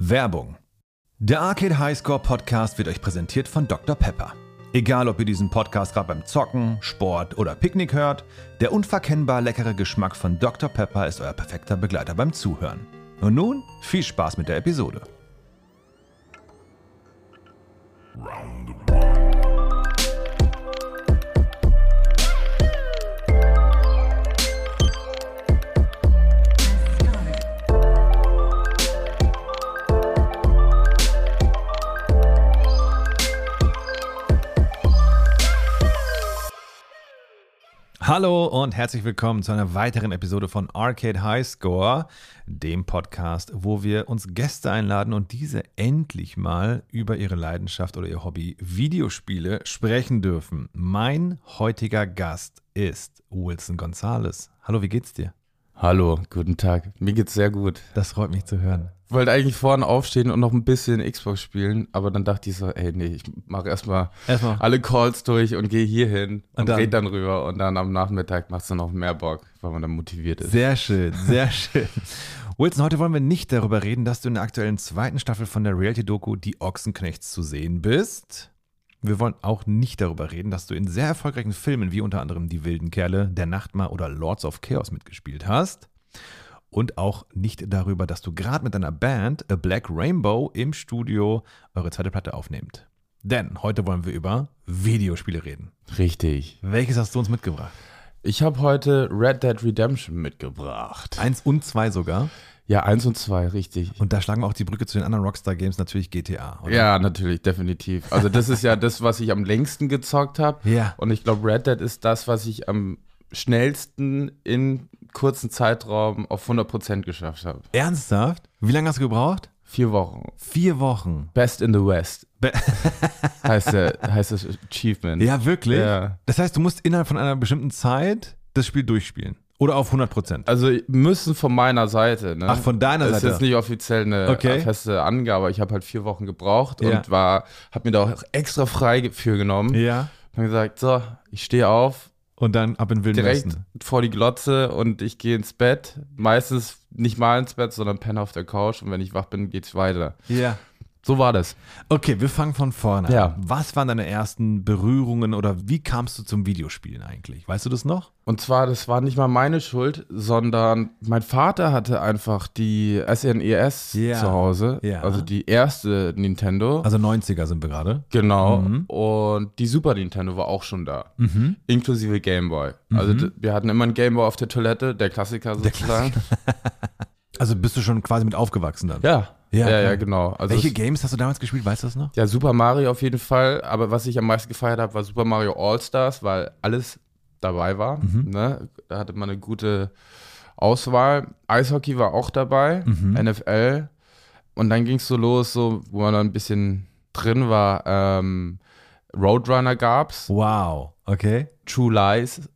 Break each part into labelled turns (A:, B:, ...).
A: Werbung. Der Arcade Highscore Podcast wird euch präsentiert von Dr. Pepper. Egal, ob ihr diesen Podcast gerade beim Zocken, Sport oder Picknick hört, der unverkennbar leckere Geschmack von Dr. Pepper ist euer perfekter Begleiter beim Zuhören. Und nun viel Spaß mit der Episode. Hallo und herzlich willkommen zu einer weiteren Episode von Arcade High Score, dem Podcast, wo wir uns Gäste einladen und diese endlich mal über ihre Leidenschaft oder ihr Hobby Videospiele sprechen dürfen. Mein heutiger Gast ist Wilson Gonzales. Hallo, wie geht's dir?
B: Hallo, guten Tag. Mir geht's sehr gut.
A: Das freut mich zu hören.
B: Ich wollte eigentlich vorne aufstehen und noch ein bisschen Xbox spielen, aber dann dachte ich so, ey, nee, ich mache erstmal
A: Erstmal.
B: alle Calls durch und gehe hier hin und,
A: dann-
B: red dann rüber und dann am Nachmittag macht's dann noch mehr Bock, weil man dann motiviert ist.
A: Sehr schön, sehr schön. Wilson, heute wollen wir nicht darüber reden, dass du in der aktuellen zweiten Staffel von der Reality-Doku Die Ochsenknechts zu sehen bist. Wir wollen auch nicht darüber reden, dass du in sehr erfolgreichen Filmen wie unter anderem Die wilden Kerle, Der Nachtmar oder Lords of Chaos mitgespielt hast. Und auch nicht darüber, dass du gerade mit deiner Band A Black Rainbow im Studio eure zweite Platte aufnehmt. Denn heute wollen wir über Videospiele reden.
B: Richtig.
A: Welches hast du uns mitgebracht?
B: Ich habe heute Red Dead Redemption mitgebracht.
A: Eins und zwei sogar.
B: Ja, eins und zwei, richtig.
A: Und da schlagen wir auch die Brücke zu den anderen Rockstar-Games, natürlich GTA. Oder?
B: Ja, natürlich, definitiv. Also das ist ja das, was ich am längsten gezockt habe.
A: Ja.
B: Und ich glaube, Red Dead ist das, was ich am schnellsten in kurzen Zeitraum auf 100% geschafft habe.
A: Ernsthaft? Wie lange hast du gebraucht?
B: Vier Wochen.
A: Vier Wochen.
B: Best in the West
A: Be-
B: heißt, der, heißt das Achievement.
A: ja, wirklich?
B: Ja.
A: Das heißt, du musst innerhalb von einer bestimmten Zeit das Spiel durchspielen. Oder auf 100 Prozent.
B: Also müssen von meiner Seite. Ne?
A: Ach, von deiner
B: Das
A: Seite.
B: ist jetzt nicht offiziell eine
A: Okay.
B: feste Angabe. Ich habe halt vier Wochen gebraucht
A: Ja.
B: und war, habe mir da auch extra frei ge- für genommen.
A: Ja.
B: Hab gesagt, so, ich stehe auf,
A: Und dann ab in den Wilden
B: direkt
A: Westen.
B: vor die Glotze und ich gehe ins Bett. Meistens nicht mal ins Bett, sondern penne auf der Couch und wenn ich wach bin, geht's weiter.
A: Ja.
B: So war das.
A: Okay, wir fangen von vorne an.
B: Ja.
A: Was waren deine ersten Berührungen oder wie kamst du zum Videospielen eigentlich? Weißt du das noch?
B: Und zwar, das war nicht mal meine Schuld, sondern mein Vater hatte einfach die SNES
A: Ja.
B: zu Hause,
A: Ja.
B: also die erste Nintendo.
A: Also mhm. 90er sind wir gerade.
B: Genau. Und die Super Nintendo war auch schon da. Inklusive Game Boy. Also
A: Mhm.
B: d- wir hatten immer einen Game Boy auf der Toilette, der Klassiker sozusagen.
A: Also bist du schon quasi mit aufgewachsen dann? Ja,
B: Ja. ja, ja,
A: klar.
B: genau. Also
A: Welche
B: es-
A: Games hast du damals gespielt? Weißt du das noch?
B: ja, Super Mario auf jeden Fall. Aber was ich am meisten gefeiert habe, war Super Mario All-Stars, weil alles dabei war. Ne? Da hatte man eine gute Auswahl. Eishockey war auch dabei, NFL. Und dann ging es so los, so, wo man dann ein bisschen drin war. Ähm, Roadrunner gab's,
A: Wow. Okay.
B: True Lies.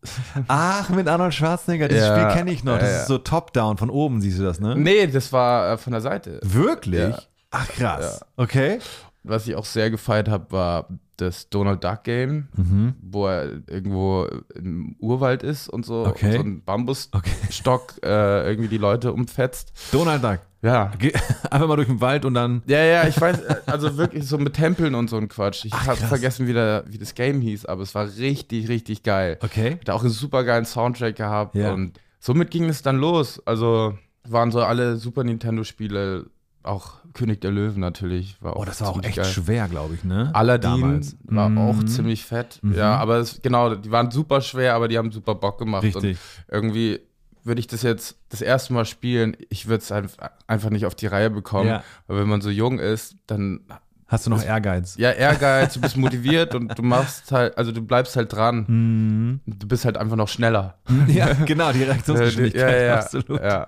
A: Ach, mit Arnold Schwarzenegger, dieses
B: Ja,
A: Spiel kenne ich noch. Das
B: ja,
A: ist so top-down, von oben siehst du das, ne?
B: Nee, das war äh, von der Seite.
A: Wirklich?
B: Ja.
A: Ach krass. Okay.
B: Was ich auch sehr gefeiert habe, war das Donald Duck Game, wo er irgendwo im Urwald ist und so,
A: Okay.
B: und so einen Bambusstock
A: Okay.
B: äh, irgendwie die Leute umfetzt.
A: Donald Duck.
B: Ja.
A: Geh einfach mal durch den Wald und dann.
B: Ja, ja, ich weiß, äh, also wirklich so mit Tempeln und so ein Quatsch. Ich
A: Ach,
B: habe
A: krass.
B: vergessen, wie, der, wie das Game hieß, aber es war richtig, richtig geil.
A: Okay.
B: Hat auch einen super geilen Soundtrack gehabt
A: Ja.
B: und somit ging es dann los. Also waren so alle Super Nintendo-Spiele, auch König der Löwen natürlich. War
A: Oh, das war auch
B: ziemlich
A: echt
B: geil.
A: schwer, glaube ich, ne?
B: Aladdin
A: Damals.
B: war
A: Mhm.
B: auch ziemlich fett. Ja, aber es, genau, die waren super schwer, aber die haben super Bock gemacht.
A: Richtig.
B: Und irgendwie würde ich das jetzt das erste Mal spielen, ich würde es einf einfach nicht auf die Reihe bekommen.
A: Ja.
B: Weil wenn man so jung ist, dann,
A: Hast du noch Ehrgeiz?
B: ja, Ehrgeiz, du bist motiviert und du machst halt, also du bleibst halt dran. Du bist halt einfach noch schneller.
A: Mhm. Ja, genau, die Reaktionsgeschwindigkeit,
B: Äh, ja, ja, ja.
A: absolut.
B: Ja.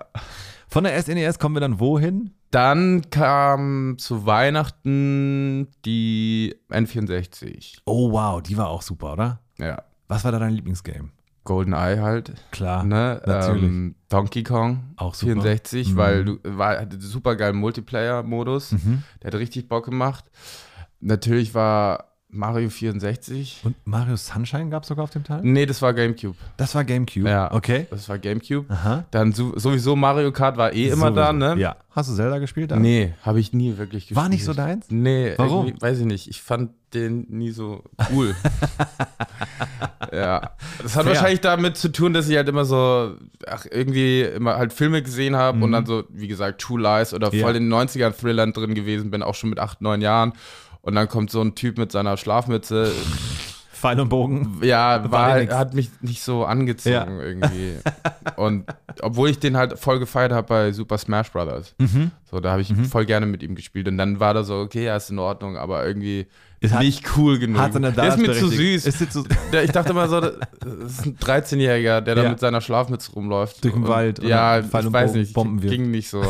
A: Von der SNES kommen wir dann wohin?
B: Dann kam zu Weihnachten die N64.
A: Oh, wow, die war auch super, oder?
B: Ja.
A: Was war da dein Lieblingsgame?
B: GoldenEye halt.
A: Klar,
B: ne?
A: Ah, natürlich.
B: Ähm, Donkey Kong
A: Auch super. Mhm.
B: 64, weil du war, hatte
A: Mhm.
B: super geilen Multiplayer-Modus. Der hat richtig Bock gemacht. Natürlich war Mario 64.
A: Und Mario Sunshine gab es sogar auf dem Teil?
B: Nee, das war Gamecube.
A: Das war Gamecube.
B: Ja.
A: Okay.
B: Das war Gamecube.
A: Aha.
B: Dann su- sowieso Mario Kart war eh immer da,
A: Ah. Sowieso.
B: ne?
A: Ja. Hast du Zelda gespielt? dann?
B: Nee, habe ich nie wirklich gespielt.
A: War nicht so deins?
B: Nee,
A: Warum?
B: irgendwie, weiß ich nicht. Ich fand den nie so cool. ja. Das hat
A: Fair.
B: wahrscheinlich damit zu tun, dass ich halt immer so, ach, irgendwie immer halt Filme gesehen habe und dann so, wie gesagt, True Lies oder voll
A: Mhm. Ja.
B: in den 90ern Thrillern drin gewesen bin, auch schon mit 8, 9 Jahren. Und dann kommt so ein Typ mit seiner Schlafmütze.
A: Pfeil und Bogen.
B: Ja, war,
A: ja
B: halt-
A: nix.
B: hat mich nicht so angezogen
A: Ja.
B: irgendwie. Und obwohl ich den halt voll gefeiert habe bei Super Smash Brothers.
A: Mhm.
B: So, da habe ich voll gerne mit ihm gespielt. Und dann war da so, okay, ja, ist in Ordnung, aber irgendwie
A: Es hat-
B: nicht cool genug.
A: Hat seine
B: der ist mir zu
A: Daseinsberechtigung.
B: süß.
A: Ist dir zu,
B: Der- ich dachte immer so, das ist ein 13-Jähriger, der da
A: Ja.
B: mit seiner Schlafmütze rumläuft.
A: Durch den
B: Und-
A: Wald und
B: Ja,
A: Pfeil
B: ich
A: und
B: weiß
A: Bogen
B: nicht.
A: Bomben wirft.
B: ging nicht so.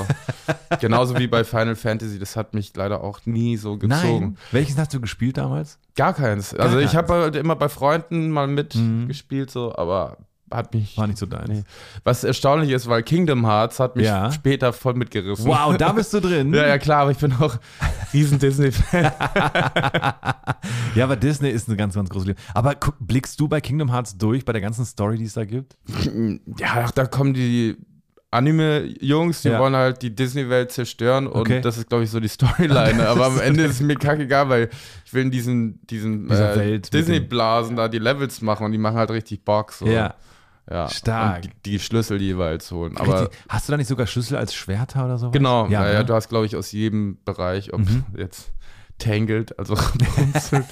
B: Genauso wie bei Final Fantasy. Das hat mich leider auch nie so gezogen.
A: nein. Welches hast du gespielt damals?
B: Gar keins. also ich
A: keins. Mhm.
B: habe halt immer bei Freunden mal mitgespielt, so, aber hat mich.
A: War nicht so deins.
B: Nee. Was erstaunlich ist, weil Kingdom Hearts hat mich
A: Ja.
B: später voll mitgerissen.
A: Wow, da Mhm. bist du drin.
B: Ja, ja, klar, aber ich bin auch riesen Disney-Fan.
A: Ja, aber Disney ist eine ganz, ganz große Liebe. Aber guck, blickst du bei Kingdom Hearts durch, bei der ganzen Story, die es da gibt?
B: ja, da kommen die Anime-Jungs, die
A: Ja.
B: wollen halt die Disney-Welt zerstören und
A: Okay.
B: das ist, glaube ich, so die Storyline. aber am Ende ist es mir kackegal, weil ich will in diesen, diesen
A: Dieser Welt mit dem-
B: Disney-Blasen da die Levels machen und die machen halt richtig Bock. So. ja.
A: Stark.
B: Und die, die Schlüssel jeweils holen. Aber
A: Aber Hast du da nicht sogar Schlüssel als Schwerter oder so?
B: Genau,
A: Ja,
B: ja, ja,
A: ne? Mhm.
B: du hast, glaube ich, aus jedem Bereich, ob jetzt Tangled, also Rapunzel,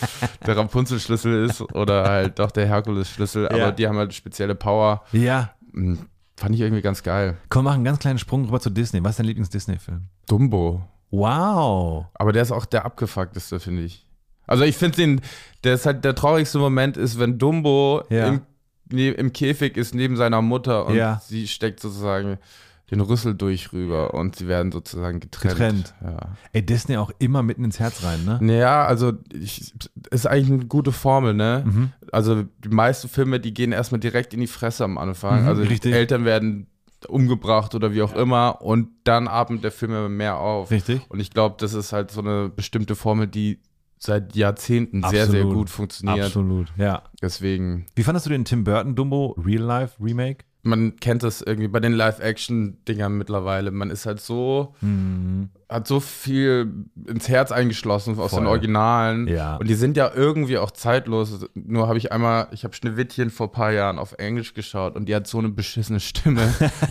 B: der Rapunzel-Schlüssel ist oder halt doch der Herkules-Schlüssel, aber
A: Ja.
B: die haben halt spezielle Power.
A: Ja.
B: Hm, Fand ich irgendwie ganz geil.
A: Komm, mach einen ganz kleinen Sprung rüber zu Disney. Was ist dein Lieblings-Disney-Film?
B: Dumbo.
A: Wow.
B: Aber der ist auch der abgefuckteste, finde ich. Also ich finde den, der ist halt der traurigste Moment ist, wenn Dumbo
A: Ja.
B: im, ne, im Käfig ist neben seiner Mutter und
A: Ja.
B: sie steckt sozusagen den Rüssel durch rüber und sie werden sozusagen getrennt.
A: Getrennt.
B: Ja.
A: Ey, Disney auch immer mitten ins Herz rein, ne?
B: Naja, also ich, ist eigentlich eine gute Formel, ne?
A: Mhm.
B: Also die meisten Filme, die gehen erstmal direkt in die Fresse am Anfang.
A: Mhm,
B: also
A: richtig.
B: Eltern werden umgebracht oder wie auch immer und dann atmet der Film immer mehr auf.
A: Richtig.
B: Und ich glaube, das ist halt so eine bestimmte Formel, die seit Jahrzehnten sehr, sehr
A: Absolut.
B: gut funktioniert.
A: Absolut, ja.
B: Deswegen,
A: Wie fandest du den Tim Burton Dumbo Real Life Remake?
B: man kennt das irgendwie bei den Live-Action-Dingern mittlerweile. Man ist halt so, hat so viel ins Herz eingeschlossen aus den
A: Voll.
B: Originalen.
A: Ja.
B: Und die sind ja irgendwie auch zeitlos. Nur habe ich einmal, ich habe Schneewittchen vor ein paar Jahren auf Englisch geschaut und die hat so eine beschissene Stimme.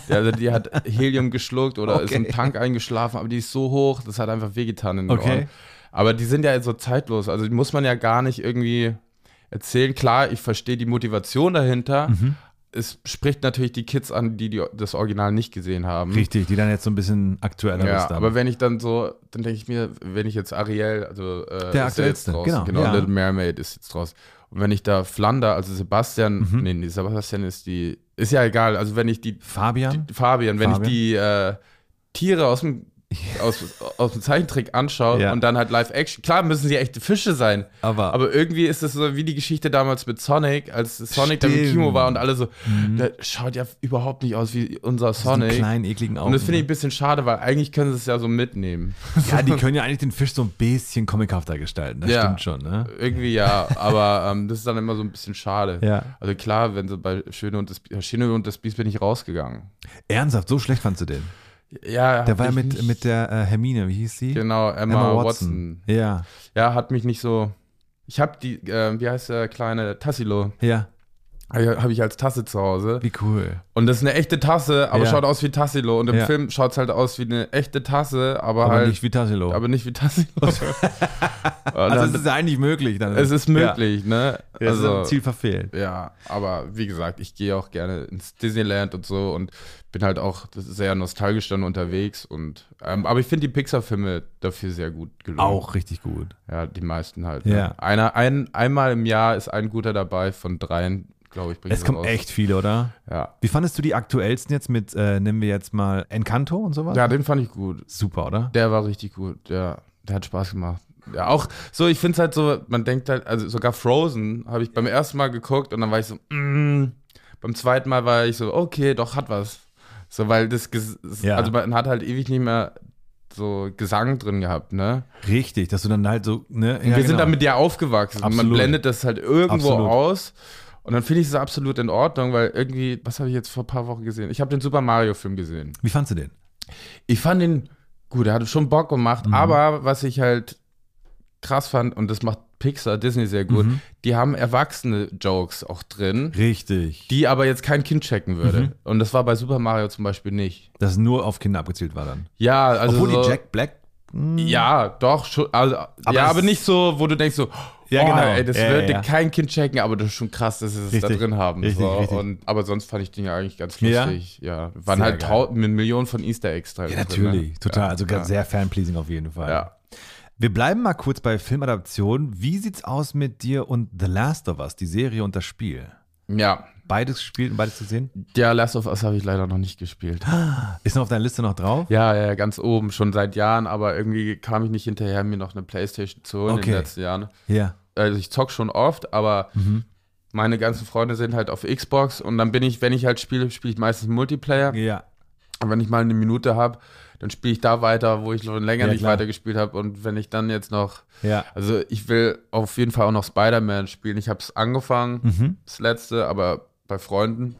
B: die, also die hat Helium geschluckt oder ist im
A: Okay.
B: Tank eingeschlafen, aber die ist so hoch, das hat einfach wehgetan in den
A: Okay.
B: Ohren. Aber die sind ja so zeitlos. Also die muss man ja gar nicht irgendwie erzählen. Klar, ich verstehe die Motivation dahinter.
A: Mhm.
B: Es spricht natürlich die Kids an, die, die das Original nicht gesehen haben.
A: Mm. Richtig, die dann jetzt so ein bisschen aktueller
B: Ja,
A: ist. dann.
B: aber wenn ich dann so, dann denke ich mir, wenn ich jetzt Ariel, also äh,
A: Der
B: ist ja jetzt
A: aktuellste,
B: draußen,
A: genau, ja.
B: Little Mermaid ist jetzt draus. Und wenn ich da Flander, also Sebastian,
A: Mhm.
B: nee, nee, Sebastian ist die, ist ja egal, also wenn ich die,
A: Fabian?
B: die Fabian, wenn
A: Fabian?
B: ich die äh, Tiere aus dem aus, aus dem Zeichentrick anschaue
A: Ja.
B: und dann halt Live-Action, klar müssen sie echte Fische sein,
A: aber,
B: aber irgendwie ist es so wie die Geschichte damals mit Sonic, als Sonic dann im
A: Stimmt. Mhm.
B: Kino war und alle so, der schaut ja überhaupt nicht aus wie unser
A: mit
B: Sonic.
A: kleinen, ekligen Augen.
B: Und das finde ich ein bisschen schade, weil eigentlich können sie es ja so mitnehmen.
A: ja, die können ja eigentlich den Fisch so ein bisschen comichafter gestalten. Das
B: Ja.
A: stimmt schon, ne?
B: Irgendwie ja, aber ähm, das ist dann immer so ein bisschen schade.
A: Ja.
B: Also klar, wenn sie bei Schöne und das, Bi- ja, Schöne und das Biest bin ich rausgegangen.
A: Ernsthaft, so schlecht fandst du den?
B: Ja,
A: Der
B: hat
A: war ja
B: mich
A: mit,
B: nicht-
A: mit der äh, Hermine, wie hieß sie?
B: genau Emma, Watson.
A: Ja,
B: Ja, hat mich nicht so. Ich habe die, äh, wie heißt der kleine Tassilo?
A: ja,
B: Habe ich als Tasse zu Hause.
A: wie cool.
B: Und das ist eine echte Tasse, aber
A: Ja.
B: schaut aus wie Tassilo. Und im
A: Ja.
B: Film schaut es halt aus wie eine echte Tasse, aber,
A: Aber
B: halt.
A: nicht wie Tassilo.
B: aber nicht wie Tassilo.
A: also es ist ja eigentlich möglich. Dann.
B: es ist möglich, ne?
A: Ja, also, das ist am Ziel verfehlt.
B: Ja, aber wie gesagt, ich gehe auch gerne ins Disneyland und so und bin halt auch sehr nostalgisch dann unterwegs und ähm, aber ich finde die Pixar-Filme dafür sehr gut gelungen.
A: Auch richtig gut.
B: Ja, die meisten halt.
A: Ja.
B: Ne? Einer, ein, einmal im Jahr ist ein guter dabei von dreien, glaube ich, bringt
A: Es
B: das
A: kommen
B: raus.
A: echt viele, oder?
B: Ja.
A: Wie fandest du die aktuellsten jetzt mit, äh, nennen wir jetzt mal Encanto und sowas?
B: ja, den fand ich gut.
A: Super, oder?
B: Der war richtig gut, ja. Der hat Spaß gemacht. Ja, auch so, ich finde es halt so, man denkt halt, also sogar Frozen habe ich beim ersten Mal geguckt und dann war ich so, mm. beim zweiten Mal war ich so, okay, doch, hat was. So, weil das, ges-
A: Ja.
B: also man hat halt ewig nicht mehr so Gesang drin gehabt, ne?
A: Richtig, dass du dann halt so, ne?
B: Und wir sind damit ja aufgewachsen. Und man
A: Absolut.
B: blendet das halt irgendwo
A: Absolut.
B: aus. Und dann finde ich es absolut in Ordnung, weil irgendwie, was habe ich jetzt vor ein paar Wochen gesehen? Ich habe den Super Mario-Film gesehen.
A: Wie fandst du den?
B: Ich fand ihn gut, er hatte schon Bock gemacht,
A: Mhm.
B: aber was ich halt krass fand, und das macht Pixar, Disney sehr gut,
A: Mhm.
B: die haben erwachsene Jokes auch drin,
A: Richtig.
B: die aber jetzt kein Kind checken würde.
A: Mhm.
B: Und das war bei Super Mario zum Beispiel nicht.
A: Das nur auf Kinder abgezielt war dann.
B: Ja, also.
A: Obwohl
B: so,
A: die Jack Black. mh,
B: Ja, doch, schon, also, aber ja,
A: es-
B: aber nicht so, wo du denkst so,
A: Ja,
B: oh,
A: genau.
B: ey, das
A: Ja, ja,
B: würde
A: ja.
B: kein Kind checken, aber das ist schon krass, dass sie es da
A: Richtig.
B: drin haben.
A: Richtig,
B: so.
A: richtig.
B: Und, aber sonst fand ich den ja eigentlich ganz
A: Ja?
B: lustig. Ja, waren
A: Sehr
B: halt
A: geil.
B: tausend, mit Millionen von Easter Eggs drin.
A: Ja,
B: ne?
A: natürlich. Total.
B: Ja,
A: also
B: ja.
A: ganz sehr fanpleasing auf jeden Fall.
B: Ja.
A: Wir bleiben mal kurz bei Filmadaptionen. Wie sieht's aus mit dir und The Last of Us, die Serie und das Spiel?
B: Ja,
A: Beides gespielt und beides gesehen?
B: ja Last of Us habe ich leider noch nicht gespielt.
A: Ist noch auf deiner Liste noch drauf?
B: Ja, ja, ganz oben, schon seit Jahren, aber irgendwie kam ich nicht hinterher, mir noch eine Playstation zu holen in
A: Okay.
B: den letzten Jahren.
A: Ja.
B: also ich zock schon oft, aber
A: Mhm.
B: meine ganzen Freunde sind halt auf Xbox und dann bin ich, wenn ich halt spiele, spiele ich meistens Multiplayer.
A: Ja.
B: Und wenn ich mal eine Minute habe, dann spiele ich da weiter, wo ich schon länger
A: Ja,
B: nicht
A: klar.
B: weitergespielt habe. Und wenn ich dann jetzt noch,
A: Ja.
B: also ich will auf jeden Fall auch noch Spider-Man spielen. Ich habe es angefangen,
A: Mhm.
B: das letzte, aber bei Freunden.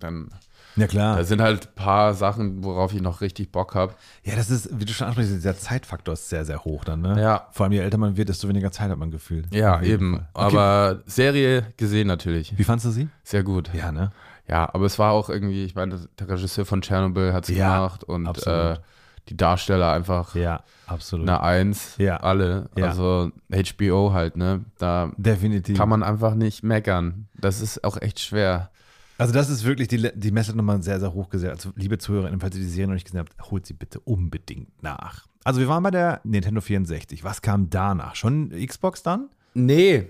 B: Dann,
A: Ja,
B: da
A: klar.
B: sind halt ein paar Sachen, worauf ich noch richtig Bock habe.
A: Ja, das ist, wie du schon ansprichst, dieser Zeitfaktor ist sehr, sehr hoch dann, ne?
B: Ja.
A: Vor allem, je älter man wird, desto weniger Zeit hat man gefühlt.
B: Ja,
A: Auf jeden
B: eben.
A: Fall. Okay.
B: Aber Serie gesehen natürlich.
A: Wie fandst du sie?
B: Sehr gut.
A: Ja, ne?
B: Ja, aber es war auch irgendwie, ich meine, das- der Regisseur von Tschernobyl hat es
A: Ja,
B: gemacht und äh,
A: absolut.
B: die Darsteller einfach
A: Ja, absolut.
B: eine Eins,
A: Ja.
B: alle.
A: Ja.
B: Also HBO halt, ne? Da
A: Definitiv.
B: kann man einfach nicht meckern. Das ist auch echt schwer.
A: Also das ist wirklich die, Le- die Messlatte nochmal sehr, sehr hoch gesetzt. Also liebe Zuhörerinnen, falls ihr die Serie noch nicht gesehen habt, holt sie bitte unbedingt nach. Also wir waren bei der Nintendo 64. Was kam danach? Schon Xbox dann?
B: Nee,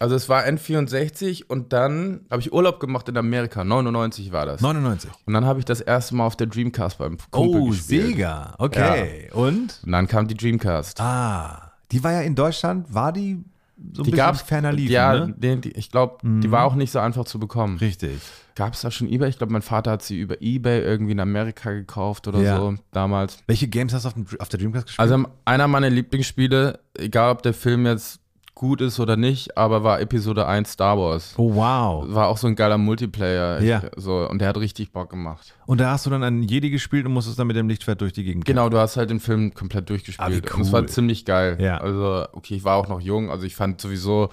B: also es war N64 und dann habe ich Urlaub gemacht in Amerika. 99 war das.
A: 99.
B: Und dann habe ich das erste Mal auf der Dreamcast beim Kumpel
A: Oh,
B: gespielt.
A: Sega. Okay. Und?
B: Und dann kam die Dreamcast.
A: Ah, die war ja in Deutschland, war die so ein
B: die
A: bisschen
B: gab's
A: ferner liefen,
B: Ja,
A: ne? Mhm.
B: nee, die, ich glaube, die war auch nicht so einfach zu bekommen.
A: Richtig.
B: Gab es da schon Ebay? Ich glaube, mein Vater hat sie über Ebay irgendwie in Amerika gekauft oder
A: Ja.
B: so damals.
A: Welche Games hast du auf, dem, auf der Dreamcast gespielt?
B: Also am- einer meiner Lieblingsspiele, egal ob der Film jetzt gut ist oder nicht, aber war Episode 1 Star Wars.
A: oh, wow.
B: War auch so ein geiler Multiplayer.
A: Ja.
B: Ich, so, und der hat richtig Bock gemacht.
A: Und da hast du dann einen Jedi gespielt und musstest dann mit dem Lichtschwert durch die Gegend gehen.
B: Genau, du hast halt den Film komplett
A: Ah, wie
B: durchgespielt.
A: cool.
B: Und es war ziemlich geil.
A: Ja.
B: Also, okay, ich war auch noch jung, also ich fand sowieso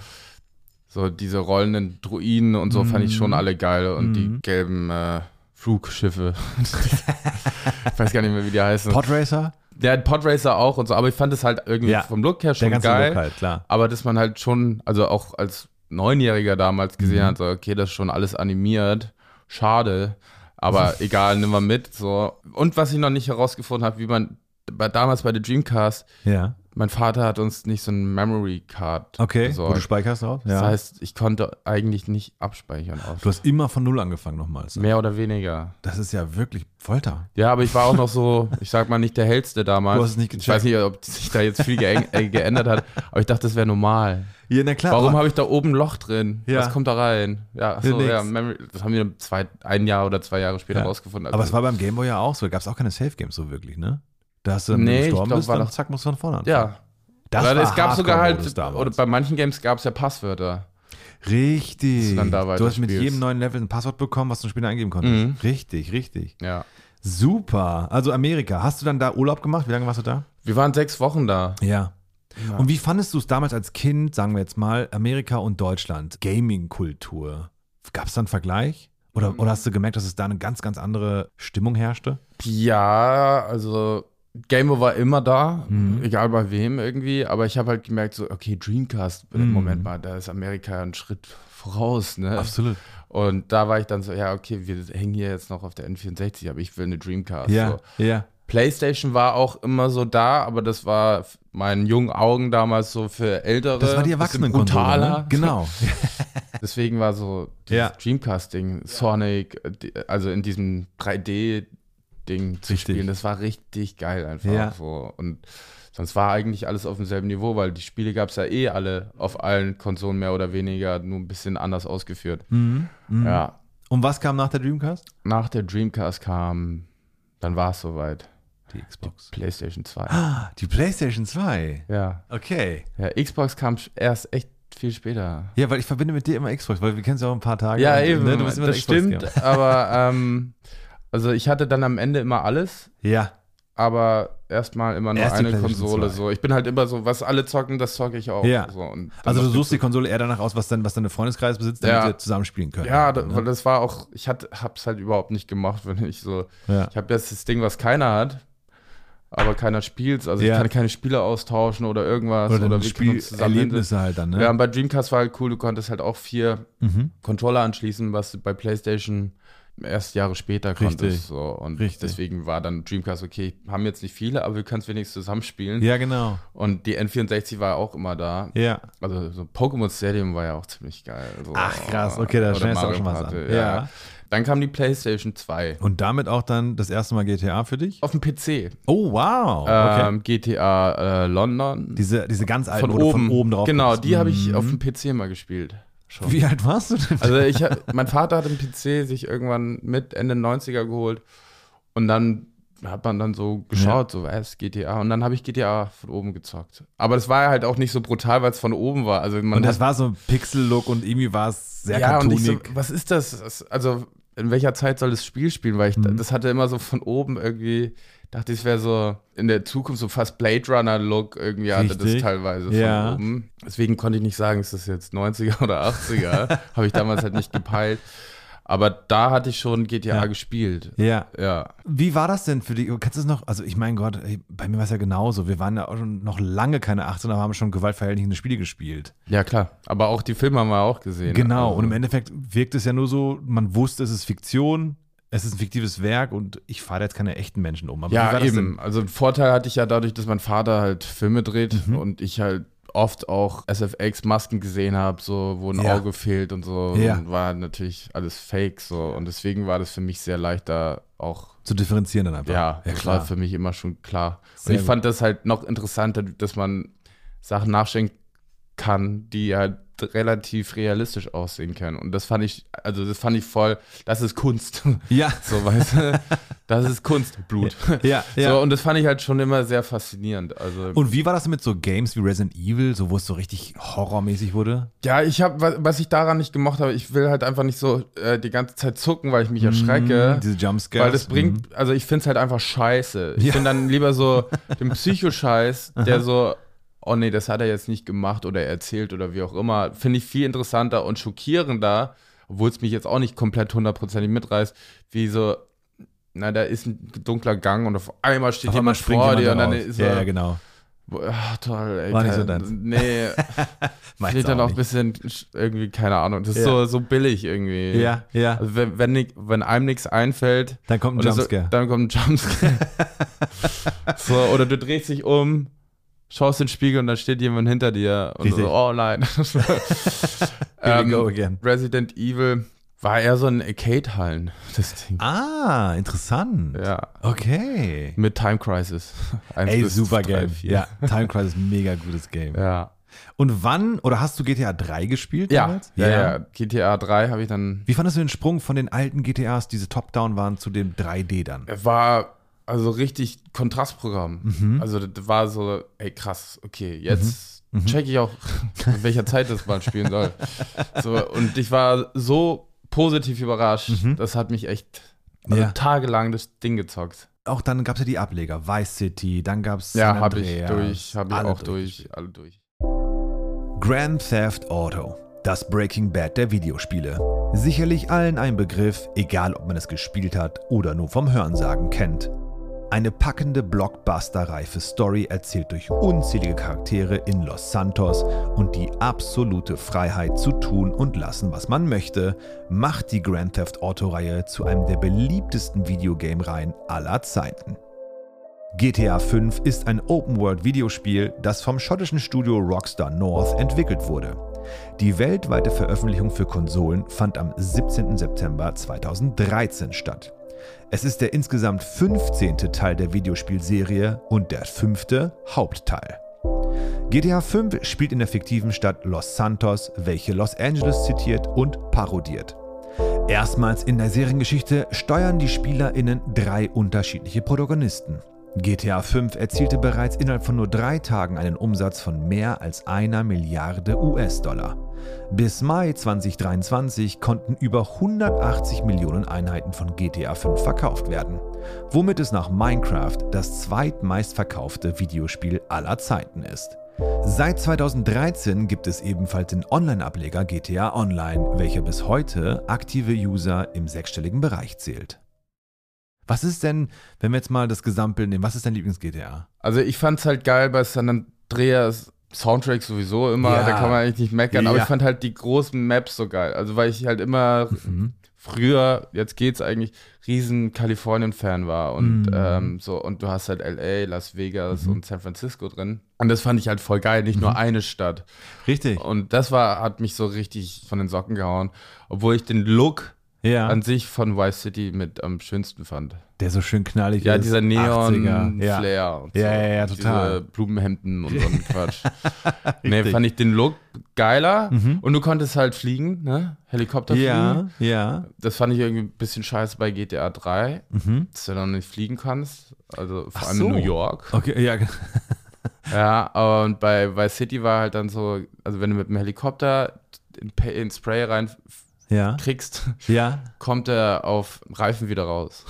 B: so diese rollenden Druiden und so fand
A: Mhm.
B: ich schon alle geil und die gelben äh, Flugschiffe. ich weiß gar nicht mehr, wie die heißen.
A: Podracer?
B: Der hat Podracer auch und so, aber ich fand es halt irgendwie
A: Ja.
B: vom Look her
A: Der
B: schon
A: ganze
B: geil.
A: Look halt, klar.
B: Aber dass man halt schon, also auch als Neunjähriger damals gesehen
A: Mhm.
B: hat, so, okay, das ist schon alles animiert, schade, aber egal, nimm mal mit. So. Und was ich noch nicht herausgefunden habe, wie man bei, damals bei der Dreamcast,
A: Ja.
B: mein Vater hat uns nicht so ein Memory Card
A: Okay, wo du
B: besorgt.
A: speicherst drauf?
B: Also, Das heißt, ich konnte eigentlich nicht abspeichern. Auf.
A: Du hast immer von Null angefangen nochmals.
B: Mehr oder weniger.
A: Das ist ja wirklich Folter.
B: Ja, aber ich war auch noch so, ich sag mal, nicht der Hellste damals.
A: Du hast es nicht
B: Ich weiß nicht, ob sich da jetzt viel geäng- äh, geändert hat, aber ich dachte, das wäre normal.
A: Ja, na klar.
B: Warum
A: aber-
B: habe ich da oben ein Loch drin?
A: Ja.
B: Was kommt da rein? Ja, ach so,
A: Ja,
B: ja,
A: nix.
B: Memory, das haben wir zwei, ein Jahr oder zwei Jahre später
A: Ja.
B: rausgefunden. also
A: aber es war beim Gameboy ja auch so. Da gab es auch keine Safe-Games so wirklich, ne? Da hast du, wenn
B: Nee,
A: du
B: ich
A: gestorben
B: glaub,
A: bist,
B: war
A: dann
B: doch-
A: zack, musst du von vorne anfangen.
B: ja. Weil es gab sogar
A: Hardcore-Modus
B: halt,
A: damals.
B: oder bei manchen Games gab es ja Passwörter.
A: Richtig.
B: du dann da Mhm.
A: du hast mit
B: weiterspielst.
A: jedem neuen Level ein Passwort bekommen, was du später eingeben konntest. Richtig, richtig.
B: Ja.
A: Super. Also Amerika. Hast du dann da Urlaub gemacht? Wie lange warst du da?
B: Wir waren sechs Wochen da.
A: Ja. Und wie fandest du es damals als Kind, sagen wir jetzt mal, Amerika und Deutschland, Gaming-Kultur? Gab es da einen Vergleich? Oder, oder hast du gemerkt, dass es da eine ganz, ganz andere Stimmung herrschte?
B: Ja, also Gameboy war immer da,
A: Mhm.
B: egal bei wem irgendwie, aber ich habe halt gemerkt, so, okay, Dreamcast,
A: Mhm.
B: Moment mal, da ist Amerika einen Schritt voraus, ne?
A: Absolut.
B: Und da war ich dann so, ja, okay, wir hängen hier jetzt noch auf der N64, aber ich will eine Dreamcast.
A: Ja,
B: So.
A: ja.
B: PlayStation war auch immer so da, aber das war f- meinen jungen Augen damals so für Ältere.
A: Das war die
B: bisschen
A: Erwachsenenkontrolle.
B: brutaler.
A: Ne? Genau.
B: Deswegen war so dieses
A: Ja.
B: Dreamcast-Ding, Sonic, äh, die- also in diesem 3D-Ding zu
A: Richtig.
B: spielen, das war richtig geil einfach.
A: Ja.
B: So. Und sonst war eigentlich alles auf demselben Niveau, weil die Spiele gab es ja eh alle auf allen Konsolen mehr oder weniger, nur ein bisschen anders ausgeführt.
A: Mhm.
B: Ja.
A: Und was kam nach der Dreamcast?
B: Nach der Dreamcast kam, dann war es soweit.
A: die Xbox?
B: PlayStation 2.
A: Ah, die PlayStation 2.
B: Ja.
A: Okay.
B: ja, Xbox kam sch- erst echt viel später.
A: Ja, weil ich verbinde mit dir immer Xbox, weil wir kennen es auch ein paar Tage.
B: Ja,
A: und,
B: eben.
A: ne, du bist immer
B: das
A: der Xbox
B: stimmt,
A: Gamer.
B: aber ähm, also ich hatte dann am Ende immer alles,
A: Ja,
B: aber erstmal immer nur
A: Erst die
B: eine
A: PlayStation
B: Konsole.
A: 2.
B: So, ich bin halt immer so, was alle zocken, das zocke ich auch.
A: Ja.
B: So, und dann
A: also du
B: noch-
A: suchst die Konsole eher danach aus, was, dann, was deine Freundeskreis besitzt, damit
B: Ja.
A: ihr zusammen spielen könnt.
B: Ja, da,
A: ne?
B: weil das war auch, ich hat, hab's halt überhaupt nicht gemacht, wenn ich so,
A: ja.
B: ich habe jetzt das Ding, was keiner hat, aber keiner spielt, also
A: Ja.
B: ich kann keine Spiele austauschen oder irgendwas
A: Oder,
B: oder,
A: oder
B: wir können uns zusammen hinsetzen.
A: Spielerlebnisse halt dann, ne?
B: Ja, und bei Dreamcast war halt cool, du konntest halt auch vier
A: Mhm.
B: Controller anschließen, was du bei PlayStation erst Jahre später konntest.
A: Richtig.
B: So. Und
A: Richtig.
B: deswegen war dann Dreamcast, okay, haben jetzt nicht viele, aber wir können es wenigstens zusammenspielen.
A: ja, genau.
B: Und die N64 war auch immer da.
A: Ja.
B: Also so Pokémon Stadium war ja auch ziemlich geil. So.
A: Ach, krass, okay, da
B: Oder
A: schnellst du auch
B: Mario
A: schon was
B: Party,
A: an.
B: Ja.
A: Ja.
B: Dann kam die PlayStation 2.
A: Und damit auch dann das erste Mal GTA für dich?
B: Auf dem PC.
A: Oh, wow. Okay.
B: Ähm, GTA äh, London.
A: diese, diese ganz alten,
B: von,
A: du
B: oben.
A: von oben drauf
B: Genau,
A: guckst.
B: die habe ich
A: Mhm.
B: auf dem PC mal gespielt. Schon.
A: Wie alt warst du denn?
B: Also ich, hab- mein Vater hat einen PC sich irgendwann mit Ende 90er geholt und dann hat man dann so geschaut, so was, GTA und dann habe ich GTA von oben gezockt. Aber das war halt auch nicht so brutal, weil es von oben war. Also man
A: und das
B: hat,
A: war so ein Pixel-Look und irgendwie war es sehr
B: ja und ich so,
A: cartoonig.
B: was ist das? das? Also in welcher Zeit soll das Spiel spielen? Weil ich
A: Mhm.
B: da- das hatte immer so von oben irgendwie dachte ich, es wäre so in der Zukunft so fast Blade Runner Look irgendwie hatte das
A: Richtig.
B: teilweise
A: Ja.
B: von oben. Deswegen konnte ich nicht sagen, ist das jetzt 90er oder 80er, habe ich damals halt nicht gepeilt. Aber da hatte ich schon GTA
A: Ja.
B: gespielt.
A: ja.
B: Ja.
A: Wie war das denn für dich? Kannst du es noch? Also, ich mein Gott, ey, bei mir war es ja genauso. Wir waren ja auch schon noch lange keine 18, aber haben schon gewaltverhältnismäßige Spiele gespielt.
B: Ja, klar. Aber auch die Filme haben wir auch gesehen.
A: Genau,
B: Also,
A: und im Endeffekt wirkt es ja nur so, man wusste, es ist Fiktion, es ist ein fiktives Werk und ich fahre jetzt keine echten Menschen um. Aber wie
B: ja,
A: war das
B: eben. Also einen Vorteil hatte ich ja dadurch, dass mein Vater halt Filme dreht
A: Mhm.
B: und ich halt oft auch SFX-Masken gesehen habe, so wo ein
A: Ja.
B: Auge fehlt und so.
A: Ja.
B: Und war natürlich alles fake so. Und deswegen war das für mich sehr leicht, da auch
A: Denn? Zu differenzieren dann einfach.
B: Ja,
A: ja
B: das war
A: klar.
B: für mich immer schon klar.
A: Sehr
B: und ich
A: gut.
B: fand das halt noch interessanter, dass man Sachen nachschenken kann, die halt relativ realistisch aussehen können. Und das fand ich, also das fand ich voll, das ist Kunst.
A: Ja,
B: so, weißt du? Das ist Kunst, Blut.
A: ja, ja.
B: So, und das fand ich halt schon immer sehr faszinierend. Also,
A: und wie war das denn mit so Games wie Resident Evil, so wo es so richtig horrormäßig wurde?
B: ja, ich habe, was ich daran nicht gemocht habe, ich will halt einfach nicht so äh, die ganze Zeit zucken, weil ich mich erschrecke.
A: Mhm, Diese Jumpscares. Mhm.
B: Weil das bringt, also ich finde es halt einfach scheiße. Ich
A: Ja.
B: finde dann lieber so den Psychoscheiß, der so, oh nee, das hat er jetzt nicht gemacht oder erzählt oder wie auch immer, finde ich viel interessanter und schockierender, obwohl es mich jetzt auch nicht komplett hundertprozentig mitreißt, wie so, na, da ist ein dunkler Gang und auf einmal steht
A: Auf einmal
B: jemand
A: springt
B: vor
A: jemand
B: dir und dann
A: raus.
B: ist
A: ja,
B: er,
A: ja, genau.
B: ach, toll, ey,
A: War nicht
B: kein-
A: so deins.
B: nee,
A: Meins
B: steht dann auch
A: nicht.
B: ein bisschen sch- irgendwie, keine Ahnung, das ist
A: Ja.
B: so, so billig irgendwie.
A: Ja, ja.
B: Also wenn, wenn, ni- wenn einem nichts einfällt,
A: Dann kommt ein
B: oder
A: Jumpscare.
B: So, dann kommt ein Jumpscare. so, oder du drehst dich um, schaust in den Spiegel und dann steht jemand hinter dir und
A: Richtig.
B: so, oh nein.
A: Here
B: Ähm,
A: we go again.
B: Resident Evil war eher so ein Arcade-Hallen, das Ding.
A: Ah, interessant.
B: Ja.
A: Okay.
B: Mit Time Crisis. Eins
A: Ey,
B: bis
A: super
B: drei,
A: Game.
B: vier.
A: Ja, Time Crisis, mega gutes Game.
B: Ja.
A: Und wann, oder hast du GTA 3 gespielt
B: Ja.
A: damals?
B: ja, ja. GTA 3 habe ich dann
A: Wie fandest du den Sprung von den alten GTAs, diese Top-Down waren, zu dem 3D dann?
B: war also richtig Kontrastprogramm.
A: Mhm.
B: Also das war so, ey krass, okay, jetzt
A: Mhm.
B: check ich auch, in welcher Zeit das man spielen soll. so, und ich war so positiv überrascht, das hat mich echt also
A: Mhm. Ja.
B: tagelang das Ding gezockt.
A: Auch dann gab es ja die Ableger, Vice City, dann gab es
B: Ja, habe ich durch, habe ich auch durch, alle durch.
A: Grand Theft Auto, das Breaking Bad der Videospiele. Sicherlich allen ein Begriff, egal ob man es gespielt hat oder nur vom Hörensagen kennt. Eine packende Blockbuster-reife Story erzählt durch unzählige Charaktere in Los Santos und die absolute Freiheit zu tun und lassen, was man möchte, macht die Grand Theft Auto-Reihe zu einem der beliebtesten Videogame-Reihen aller Zeiten. GTA V ist ein Open-World-Videospiel, das vom schottischen Studio Rockstar North entwickelt wurde. Die weltweite Veröffentlichung für Konsolen fand am 17. September 2013 statt. Es ist der insgesamt 15. Teil der Videospielserie und der fünfte Hauptteil. GTA V spielt in der fiktiven Stadt Los Santos, welche Los Angeles zitiert und parodiert. Erstmals in der Seriengeschichte steuern die SpielerInnen drei unterschiedliche Protagonisten. GTA V erzielte bereits innerhalb von nur drei Tagen einen Umsatz von mehr als einer Milliarde US-Dollar. Bis Mai 2023 konnten über 180 Millionen Einheiten von GTA V verkauft werden, womit es nach Minecraft das zweitmeistverkaufte Videospiel aller Zeiten ist. Seit 2013 gibt es ebenfalls den Online-Ableger GTA Online, welcher bis heute aktive User im sechsstelligen Bereich zählt. Was ist denn, wenn wir jetzt mal das Gesamtbild nehmen, was ist dein Lieblings-GTA?
B: Also ich fand's halt geil bei San Andreas Soundtrack sowieso immer,
A: Ja.
B: da kann man eigentlich nicht meckern, aber
A: Ja.
B: ich fand halt die großen Maps so geil. Also weil ich halt immer früher, jetzt geht's eigentlich, riesen Kalifornien-Fan war und
A: Mhm.
B: ähm, so, und du hast halt LA, Las Vegas und San Francisco drin. Und das fand ich halt voll geil, nicht
A: Mhm.
B: nur eine Stadt.
A: Richtig.
B: Und das war, hat mich so richtig von den Socken gehauen, obwohl ich den Look
A: Ja.
B: an sich von Vice City mit am schönsten fand.
A: Der so schön knallig
B: Ja,
A: ist.
B: dieser
A: 80er. Ja.
B: Neon-Flair. und
A: Ja, ja, ja,
B: Diese
A: total.
B: Blumenhemden und so ein Quatsch. nee,
A: Richtig. Mhm.
B: fand ich den Look geiler. Und du konntest halt fliegen, ne? Helikopter fliegen.
A: Ja, ja.
B: Das fand ich irgendwie ein bisschen scheiße bei GTA 3,
A: Mhm.
B: dass du dann nicht fliegen kannst. Also vor
A: Ach
B: allem
A: so.
B: in New York.
A: Okay, ja.
B: Ja, und bei Vice City war halt dann so, also wenn du mit dem Helikopter in, Pa- in Spray reinkriegst,
A: Ja. Ja.
B: kommt er auf Reifen wieder raus.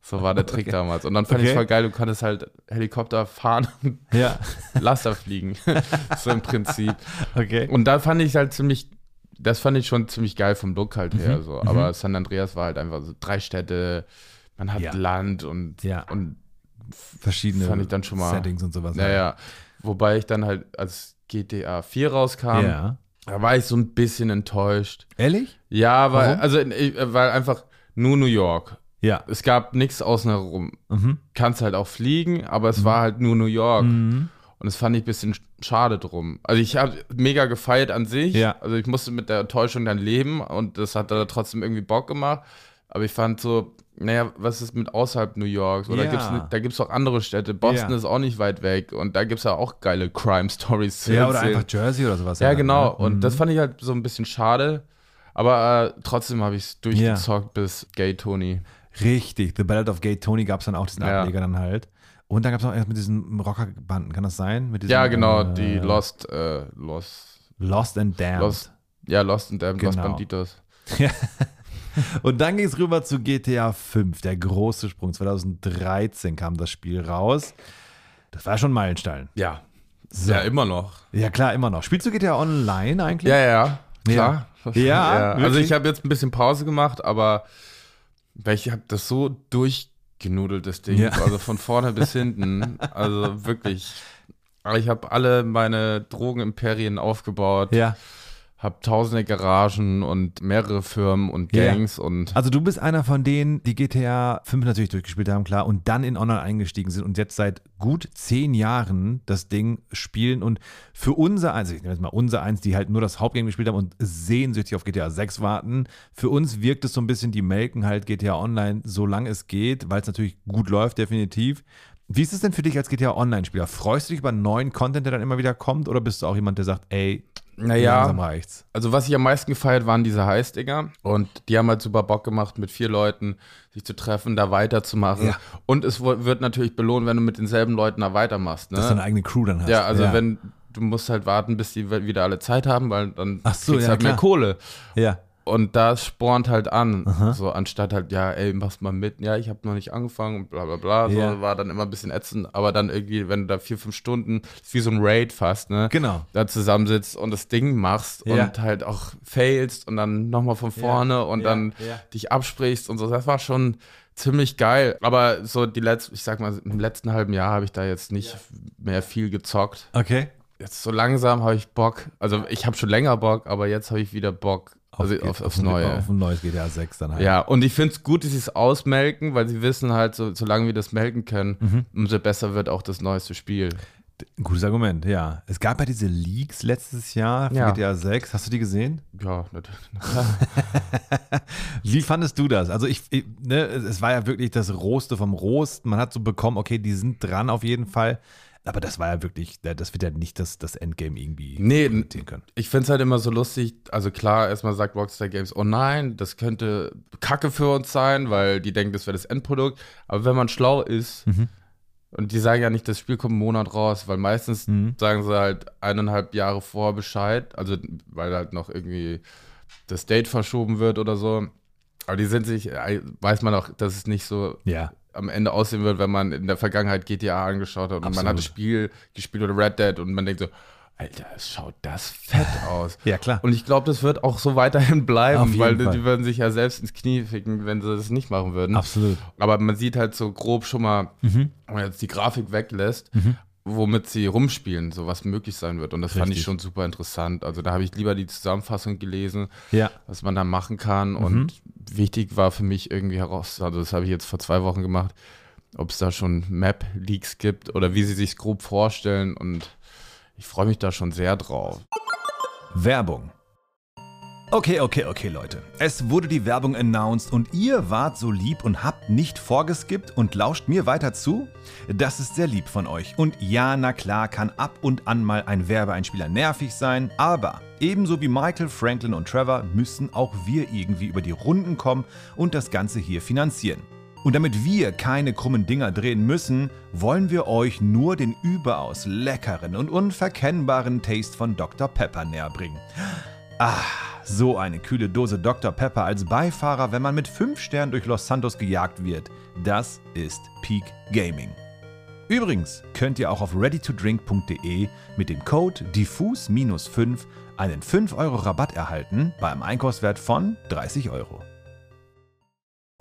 B: So war der Trick damals. Und dann fand ich
A: Okay.
B: voll geil, du konntest halt Helikopter fahren und
A: Ja.
B: Laster fliegen. so im Prinzip.
A: Okay.
B: Und da fand ich halt ziemlich, das fand ich schon ziemlich geil vom Look halt
A: Mhm.
B: her. So. Aber San Andreas war halt einfach so drei Städte, man hat
A: Ja.
B: Land und,
A: Ja.
B: und
A: Verschiedene
B: fand ich dann schon mal-
A: Settings und sowas.
B: naja. Wobei ich dann halt, als GTA 4 rauskam,
A: Ja.
B: da war ich so ein bisschen enttäuscht.
A: Ehrlich?
B: Ja, weil,
A: Warum?
B: also, ich- weil einfach nur New York.
A: Ja.
B: Es gab nichts außen herum.
A: Mhm.
B: Kannst halt auch fliegen, aber es war halt nur New York.
A: Mhm.
B: Und das fand ich ein bisschen sch- schade drum. Also ich habe mega gefeiert an sich.
A: Ja.
B: Also ich musste mit der Enttäuschung dann leben und das hat da trotzdem irgendwie Bock gemacht. Aber ich fand so, naja, was ist mit außerhalb New Yorks? Oder
A: Ja.
B: gibt's, da gibt es auch andere Städte. Boston
A: Ja.
B: ist auch nicht weit weg und da gibt es ja auch geile Crime-Stories. zu
A: Ja, oder
B: erzählen.
A: einfach Jersey oder sowas.
B: Ja, genau.
A: ne?
B: Und das fand ich halt so ein bisschen schade. Aber äh, trotzdem habe ich es durchgezockt bis Gay Tony.
A: Richtig. The Ballad of Gay Tony gab es dann auch diesen
B: Ja.
A: Ableger dann halt. Und dann gab es noch erst mit diesen Rockerbanden, kann das sein? Mit diesen,
B: Ja, genau.
A: äh,
B: Die Lost, äh, Lost.
A: Lost and Damned.
B: Lost, ja, Lost and Damned, Lost
A: Genau.
B: Banditos.
A: Und dann ging es rüber zu GTA 5, der große Sprung. 2013 kam das Spiel raus. Das war schon ein Meilenstein.
B: Ja.
A: So.
B: Ja, immer noch.
A: Ja, klar, immer noch. Spielst du GTA Online eigentlich?
B: Ja, ja. Klar.
A: Ja. Ja,
B: Also
A: wirklich?
B: ich habe jetzt ein bisschen Pause gemacht, aber weil ich habe das so durchgenudelt, das Ding.
A: Ja.
B: Also von vorne bis hinten. Also wirklich. Aber ich habe alle meine Drogenimperien aufgebaut,
A: Ja.
B: habe tausende Garagen und mehrere Firmen und
A: Ja.
B: Gangs und
A: Also du bist einer von denen, die GTA 5 natürlich durchgespielt haben, klar, und dann in Online eingestiegen sind und jetzt seit gut zehn Jahren das Ding spielen und für unser Eins, ich nenne jetzt mal unser Eins, die halt nur das Hauptgame gespielt haben und sehnsüchtig auf GTA 6 warten, für uns wirkt es so ein bisschen, die melken halt GTA Online, solange es geht, weil es natürlich gut läuft, definitiv. Wie ist es denn für dich als GTA Online-Spieler? Freust du dich über neuen Content, der dann immer wieder kommt, oder bist du auch jemand, der sagt, ey,
B: naja,
A: langsam reicht's?
B: Also was ich am meisten gefeiert waren diese Heißdinger und die haben halt super Bock gemacht, mit vier Leuten sich zu treffen, da weiterzumachen.
A: Ja.
B: Und es wo- wird natürlich belohnt, wenn du mit denselben Leuten da weitermachst. Ne?
A: Dass du deine eigene Crew dann hast.
B: ja, also wenn du musst halt warten, bis die we- wieder alle Zeit haben, weil dann
A: Ach so,
B: kriegst
A: ja,
B: halt mehr
A: klar.
B: Kohle.
A: Ja.
B: Und das spornt halt an. So anstatt halt, ja, ey, machst mal mit, ja, ich habe noch nicht angefangen und bla bla bla. So
A: Ja.
B: war dann immer ein bisschen ätzend, aber dann irgendwie, wenn du da vier, fünf Stunden, ist wie so ein Raid fast, ne?
A: Genau.
B: da zusammensitzt und das Ding machst
A: Ja.
B: und halt auch failst und dann nochmal von vorne und
A: ja,
B: dann
A: ja.
B: dich absprichst und so. Das war schon ziemlich geil. Aber so die letzten, ich sag mal, im letzten halben Jahr habe ich da jetzt nicht mehr viel gezockt.
A: Okay.
B: Jetzt so langsam habe ich Bock. Also ich habe schon länger Bock, aber jetzt habe ich wieder Bock. Also auf, aufs Neue.
A: Auf ein neues GTA 6 dann halt.
B: ja, und ich finde es gut, dass sie es ausmelken, weil sie wissen halt, so, solange wir das melken können,
A: Mhm.
B: umso besser wird auch das neueste Spiel.
A: Ein Gutes Argument, ja. Es gab ja diese Leaks letztes Jahr für
B: Ja.
A: GTA 6. Hast du die gesehen?
B: Ja, natürlich.
A: Wie fandest du das? Also ich, ich ne, es es war ja wirklich das Roste vom Rost. Man hat so bekommen, okay, die sind dran auf jeden Fall. Aber das war ja wirklich, ne, das wird ja nicht das, das Endgame irgendwie
B: Nee,
A: präsentieren können.
B: Ich finde es halt immer so lustig, also klar, erstmal sagt Rockstar Games, oh nein, das könnte Kacke für uns sein, weil die denken, das wäre das Endprodukt. Aber wenn man schlau ist, und die sagen ja nicht, das Spiel kommt einen Monat raus, weil meistens sagen sie halt eineinhalb Jahre vor Bescheid, also weil halt noch irgendwie das Date verschoben wird oder so. Aber die sind sich, äh, weiß man auch, dass es nicht so
A: Ja.
B: am Ende aussehen wird, wenn man in der Vergangenheit GTA angeschaut hat und man
A: Absolut.
B: hat das Spiel gespielt oder Red Dead und man denkt so, Alter, schaut das fett aus.
A: Ja, klar.
B: Und ich glaube, das wird auch so weiterhin
A: Auf
B: bleiben,
A: jeden
B: weil
A: Fall.
B: die würden sich ja selbst ins Knie ficken, wenn sie das nicht machen würden.
A: Absolut.
B: Aber man sieht halt so grob schon mal,
A: Mhm.
B: wenn man jetzt die Grafik weglässt, womit sie rumspielen, so was möglich sein wird. Und das fand ich
A: Richtig.
B: schon super interessant. Also da habe ich lieber die Zusammenfassung gelesen,
A: Ja.
B: was man da machen
A: Mhm.
B: kann. Und wichtig war für mich irgendwie heraus, also das habe ich jetzt vor zwei Wochen gemacht, ob es da schon Map-Leaks gibt oder wie sie sich grob vorstellen. Und ich freue mich da schon sehr drauf.
A: Werbung. Okay, okay, okay, Leute. Es wurde die Werbung announced und ihr wart so lieb und habt nicht vorgeskippt und lauscht mir weiter zu? Das ist sehr lieb von euch. Und ja, na klar, kann ab und an mal ein Werbeeinspieler nervig sein, aber ebenso wie Michael, Franklin und Trevor müssen auch wir irgendwie über die Runden kommen und das Ganze hier finanzieren. Und damit wir keine krummen Dinger drehen müssen, wollen wir euch nur den überaus leckeren und unverkennbaren Taste von Dr. Pepper näher bringen. Ah, so eine kühle Dose Dr. Pepper als Beifahrer, wenn man mit 5 Sternen durch Los Santos gejagt wird. Das ist Peak Gaming. Übrigens könnt ihr auch auf readytodrink.de mit dem Code diffus-5 einen 5 Euro Rabatt erhalten beim Einkaufswert von 30 Euro.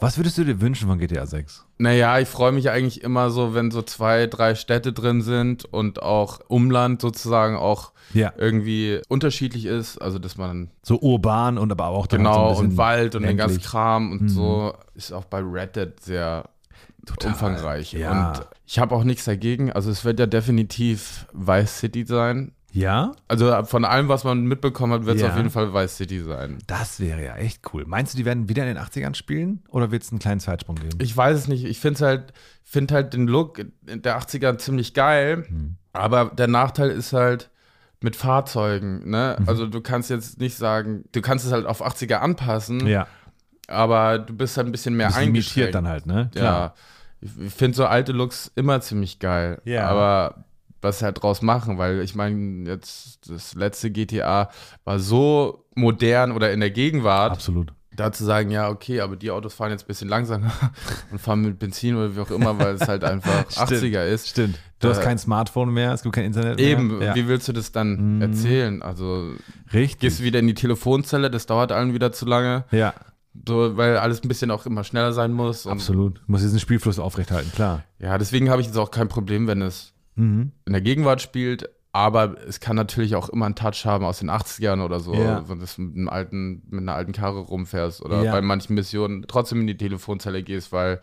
A: Was würdest du dir wünschen von GTA 6?
B: Naja, ich freue mich eigentlich immer so, wenn so zwei, drei Städte drin sind und auch Umland sozusagen auch
A: Ja.
B: irgendwie unterschiedlich ist. Also, dass man
A: So urban und aber auch dann
B: genau
A: halt so ein bisschen
B: und Wald und den ganzen
A: ländlich. Mhm.
B: Kram und so ist auch bei Red Dead sehr umfangreich.
A: ja.
B: Und ich habe auch nichts dagegen. Also, es wird ja definitiv Vice City sein.
A: Ja?
B: Also, von allem, was man mitbekommen hat, wird es
A: Ja.
B: auf jeden Fall Vice City sein.
A: Das wäre ja echt cool. Meinst du, die werden wieder in den 80ern spielen oder wird es einen kleinen Zeitsprung geben?
B: Ich weiß es nicht. Ich finde halt, find halt den Look der 80er ziemlich geil.
A: Hm.
B: Aber der Nachteil ist halt mit Fahrzeugen. Ne?
A: Mhm.
B: Also du kannst jetzt nicht sagen, du kannst es halt auf 80er anpassen,
A: ja.
B: aber du bist halt ein bisschen mehr
A: Bisschen limitiert
B: eingeschränkt.
A: dann halt, ne?
B: Ja. Ich- Ich finde so alte Looks immer ziemlich geil.
A: Ja.
B: Aber was halt draus machen, weil ich meine, jetzt das letzte GTA war so modern oder in der Gegenwart
A: Absolut.
B: da zu sagen, ja, okay, aber die Autos fahren jetzt ein bisschen langsamer und fahren mit Benzin oder wie auch immer, weil es halt einfach 80er ist.
A: Stimmt. Du hast
B: Äh,
A: kein Smartphone mehr, es gibt kein Internet
B: Eben,
A: mehr.
B: wie willst du das dann
A: Mhm.
B: erzählen? Also
A: Richtig.
B: gehst du wieder in die Telefonzelle, das dauert allen wieder zu lange,
A: Ja,
B: so, weil alles ein bisschen auch immer schneller sein muss. Und
A: absolut. Muss diesen Spielfluss aufrechthalten, klar. Mhm.
B: ja, deswegen habe ich jetzt auch kein Problem, wenn es in der Gegenwart spielt, aber es kann natürlich auch immer einen Touch haben aus den 80ern oder so,
A: Ja.
B: wenn du das mit, einem alten, mit einer alten Karre rumfährst oder
A: Ja.
B: bei manchen Missionen trotzdem in die Telefonzelle gehst, weil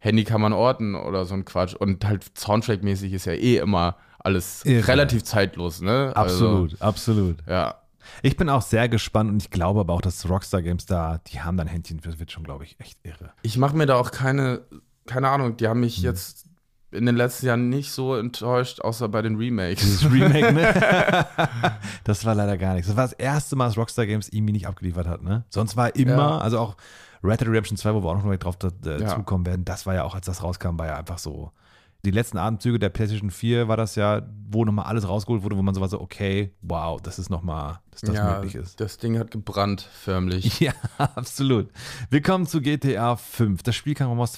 B: Handy kann man orten oder so ein Quatsch. Und halt Soundtrack-mäßig ist ja eh immer alles
A: Irre.
B: relativ zeitlos, ne?
A: Absolut, absolut.
B: Also, ja.
A: Ich bin auch sehr gespannt und ich glaube aber auch, dass Rockstar Games da, die haben dann Händchen, das wird schon, glaube ich, echt irre.
B: Ich mache mir da auch keine, keine Ahnung, die haben
A: Hm.
B: mich jetzt in den letzten Jahren nicht so enttäuscht, außer bei den Remakes.
A: Das Remake, ne? das war leider gar nichts. Das war das erste Mal, dass Rockstar Games irgendwie nicht abgeliefert hat, ne? Sonst war immer,
B: Ja.
A: also auch Red Dead Redemption 2, wo wir auch noch mal drauf äh,
B: Ja.
A: zukommen werden, das war ja auch, als das rauskam, war ja einfach so. Die letzten Abendzüge der PlayStation 4 war das ja, wo nochmal alles rausgeholt wurde, wo man so war so, okay, wow, das ist nochmal, dass das möglich ist.
B: das Ding hat gebrannt, förmlich.
A: Ja, absolut. Wir kommen zu GTA 5. Das Spiel kam aus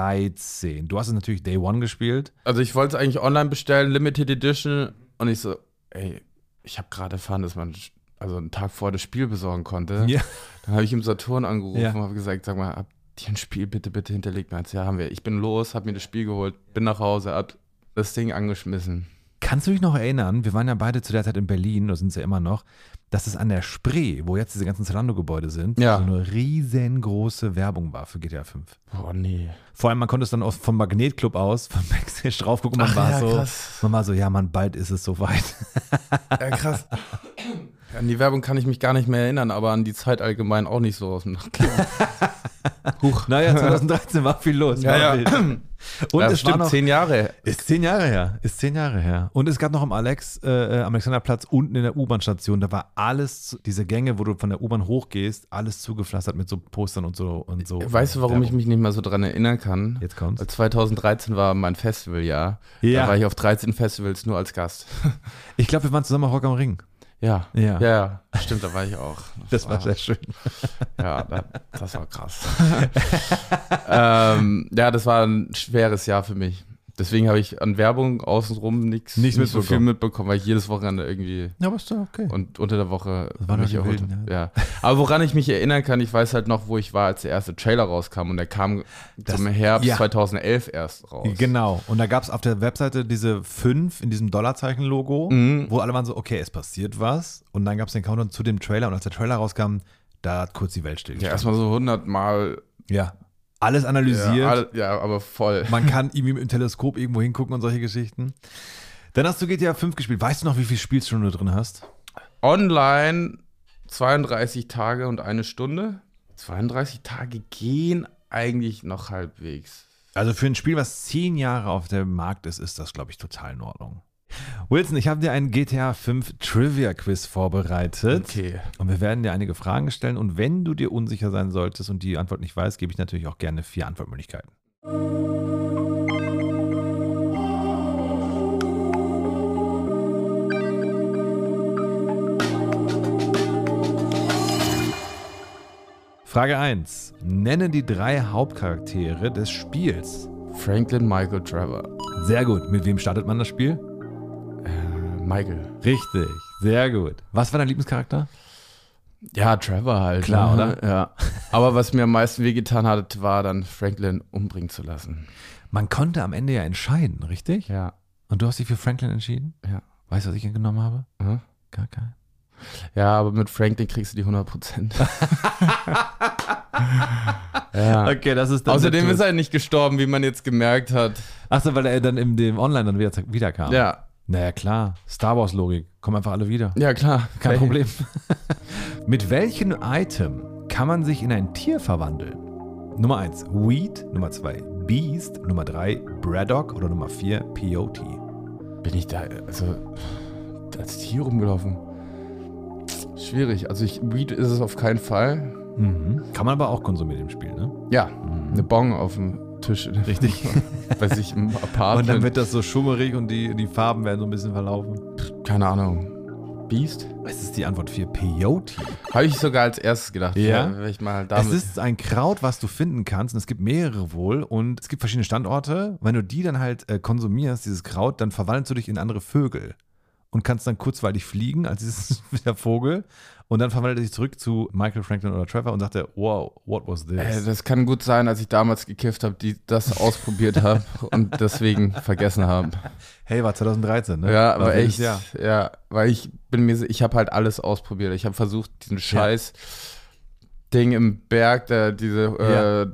A: 2013. Du hast es natürlich Day One gespielt.
B: Also ich wollte es eigentlich online bestellen, Limited Edition. Und ich so, ey, ich habe gerade erfahren, dass man sch- also einen Tag vor das Spiel besorgen konnte.
A: Ja.
B: Dann habe ich im Saturn angerufen
A: Ja.
B: und habe gesagt, sag mal, habt ihr ein Spiel bitte, bitte hinterlegt? Meins, ja, haben wir. Ich bin los, habe mir das Spiel geholt, bin nach Hause, hab das Ding angeschmissen.
A: Kannst du dich noch erinnern, wir waren ja beide zu der Zeit in Berlin, oder sind es ja immer noch, dass es an der Spree, wo jetzt diese ganzen Zalando-Gebäude sind,
B: Ja.
A: so eine riesengroße Werbung war für GTA 5.
B: Boah, nee.
A: Vor allem, man konnte es dann auch vom Magnetclub aus, vom Backstage drauf gucken, man
B: Ach
A: war
B: ja,
A: so,
B: krass.
A: man war so, ja man, bald ist es soweit.
B: Ja, krass. An die Werbung kann ich mich gar nicht mehr erinnern, aber an die Zeit allgemein auch nicht so aus dem Nachhinein.
A: Huch. Naja, 2013 war viel los. war
B: Ja,
A: wild.
B: ja.
A: Und
B: das
A: es war
B: stimmt,
A: noch,
B: zehn Jahre.
A: ist zehn Jahre her. Ist zehn Jahre her. Und es gab noch am Alex, äh, am Alexanderplatz unten in der U-Bahn-Station, da war alles, zu- diese Gänge, wo du von der U-Bahn hochgehst, alles zugepflastert mit so Postern und so. Und so
B: Weißt du, warum ich
A: Werbung.
B: mich nicht mehr so dran erinnern kann?
A: Jetzt kommt's.
B: 2013 war mein Festivaljahr.
A: Ja.
B: Da war ich auf 13 Festivals nur als Gast.
A: Ich glaube, wir waren zusammen auf Rock am Ring.
B: Ja.
A: Ja.
B: ja, ja. stimmt, da war ich auch.
A: Das war sehr schön.
B: Ja, da, das war krass. ähm, ja, das war ein schweres Jahr für mich. Deswegen habe ich an Werbung außenrum nichts
A: Nichts
B: nicht so viel
A: mitbekommen.
B: mitbekommen, weil ich jedes Wochenende irgendwie
A: Ja, aber ist doch okay.
B: und unter der Woche
A: Das waren doch
B: mich
A: die
B: erholt.
A: Wilden, ne?
B: ja. Aber woran ich mich erinnern kann, ich weiß halt noch, wo ich war, als der erste Trailer rauskam und der kam
A: Das-
B: zum Herbst
A: ja.
B: 2011 erst raus.
A: Genau. Und da gab es auf der Webseite diese fünf in diesem Dollarzeichen-Logo,
B: Mhm.
A: wo alle waren so, okay, es passiert was. Und dann gab es den Countdown zu dem Trailer. Und als der Trailer rauskam, da hat kurz die Welt
B: Ja,
A: stillgestanden.
B: erstmal so 100 Mal.
A: Ja. Alles
B: Ja,
A: analysiert.
B: all- ja, aber voll.
A: Man kann ihm im Teleskop irgendwo hingucken und solche Geschichten. Dann hast du GTA 5 gespielt. Weißt du noch, wie viel Spielstunden du drin hast?
B: Online 32 Tage und eine Stunde. 32 Tage gehen eigentlich noch halbwegs.
A: Also für ein Spiel, was zehn Jahre auf dem Markt ist, ist das, glaube ich, total in Ordnung. Wilson, ich habe dir einen GTA 5 Trivia Quiz vorbereitet.
B: Okay.
A: Und wir werden dir einige Fragen stellen. Und wenn du dir unsicher sein solltest und die Antwort nicht weißt, gebe ich natürlich auch gerne vier Antwortmöglichkeiten. Frage 1. Nenne die drei Hauptcharaktere des Spiels.
B: Franklin Michael Trevor.
A: Sehr gut. Mit wem startet man das Spiel?
B: Michael.
A: Richtig. Sehr gut. Was war dein Lieblingscharakter?
B: Ja, Trevor halt.
A: Klar,
B: ne?
A: oder?
B: Ja. Aber was mir am meisten wehgetan hat, war dann Franklin umbringen zu lassen.
A: Man konnte am Ende ja entscheiden, richtig?
B: Ja.
A: Und du hast dich für Franklin entschieden?
B: Ja.
A: Weißt du, was ich genommen habe?
B: Mhm.
A: Gar keinen.
B: Ja, aber mit Franklin kriegst du die 100%. ja.
A: Okay, das ist
B: Außerdem ist er nicht gestorben, wie man jetzt gemerkt hat.
A: Achso, weil er dann in dem Online dann wieder, wiederkam.
B: Ja.
A: Naja, klar. Star Wars-Logik. Kommen einfach alle wieder.
B: Ja, klar.
A: Kein Problem. Mit welchem Item kann man sich in ein Tier verwandeln? Nummer 1 Weed, Nummer 2 Beast, Nummer 3 Braddock oder Nummer 4 Peyote.
B: bin ich da, also als Tier rumgelaufen. Schwierig. Also ich, Weed ist es auf keinen Fall.
A: Mhm. Kann man aber auch konsumieren im Spiel, ne?
B: Ja, eine Bong auf dem Tisch
A: Richtig.
B: bei sich im
A: Und dann
B: Apartment.
A: wird das so schummerig und die, die Farben werden so ein bisschen verlaufen.
B: Keine Ahnung. Beast?
A: Es ist die Antwort 4 Peyote.
B: Habe ich sogar als erstes gedacht.
A: Ja?
B: Wenn ich mal
A: Es
B: damit.
A: ist ein Kraut, was du finden kannst und es gibt mehrere wohl und es gibt verschiedene Standorte. Wenn du die dann halt äh, konsumierst, dieses Kraut, dann verwandelst du dich in andere Vögel und kannst dann kurzweilig fliegen als dieses der Vogel und dann verwandelt er sich zurück zu Michael Franklin oder Trevor und sagt er, wow, what was this?
B: Äh, das kann gut sein, als ich damals gekifft habe, die das ausprobiert habe und deswegen vergessen habe.
A: hey, war 2013, ne?
B: Ja,
A: War
B: aber
A: wildes
B: echt,
A: Jahr.
B: ja. weil ich bin mir, si- ich habe halt alles ausprobiert. Ich habe versucht, diesen Scheiß Ding im Berg, da, diese,
A: Ja.
B: äh,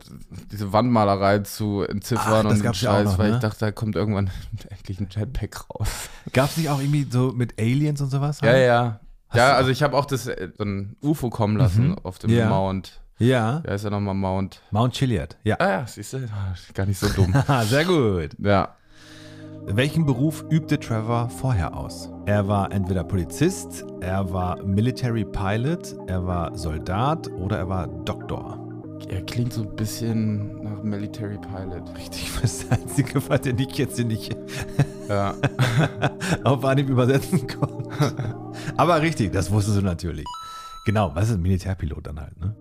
B: diese Wandmalerei zu
A: Ah,
B: entziffern
A: das
B: und den
A: gab's ja auch
B: Scheiß,
A: noch,
B: weil
A: ne?
B: ich dachte, da kommt irgendwann endlich ein Jetpack raus.
A: Gab es nicht auch irgendwie so mit Aliens und sowas?
B: Ja, ja.
A: du
B: Ja,
A: auch-
B: also ich habe auch das äh, so ein UFO kommen lassen auf dem
A: Ja.
B: Mount.
A: Ja.
B: Wie heißt er nochmal Mount?
A: Mount Chiliad, ja.
B: Ah ja, siehst du, gar nicht so dumm.
A: Haha, Sehr gut.
B: ja.
A: Welchen Beruf übte Trevor vorher aus? Er war entweder Polizist, er war Military Pilot, er war Soldat oder er war Doktor.
B: Er klingt so ein bisschen nach Military Pilot.
A: Richtig, das ist der einzige Fall, den ich jetzt hier nicht
B: Ja.
A: auf Anhieb übersetzen konnte. Aber richtig, das wusstest du natürlich. Genau, was ist ein Militärpilot dann halt, ne?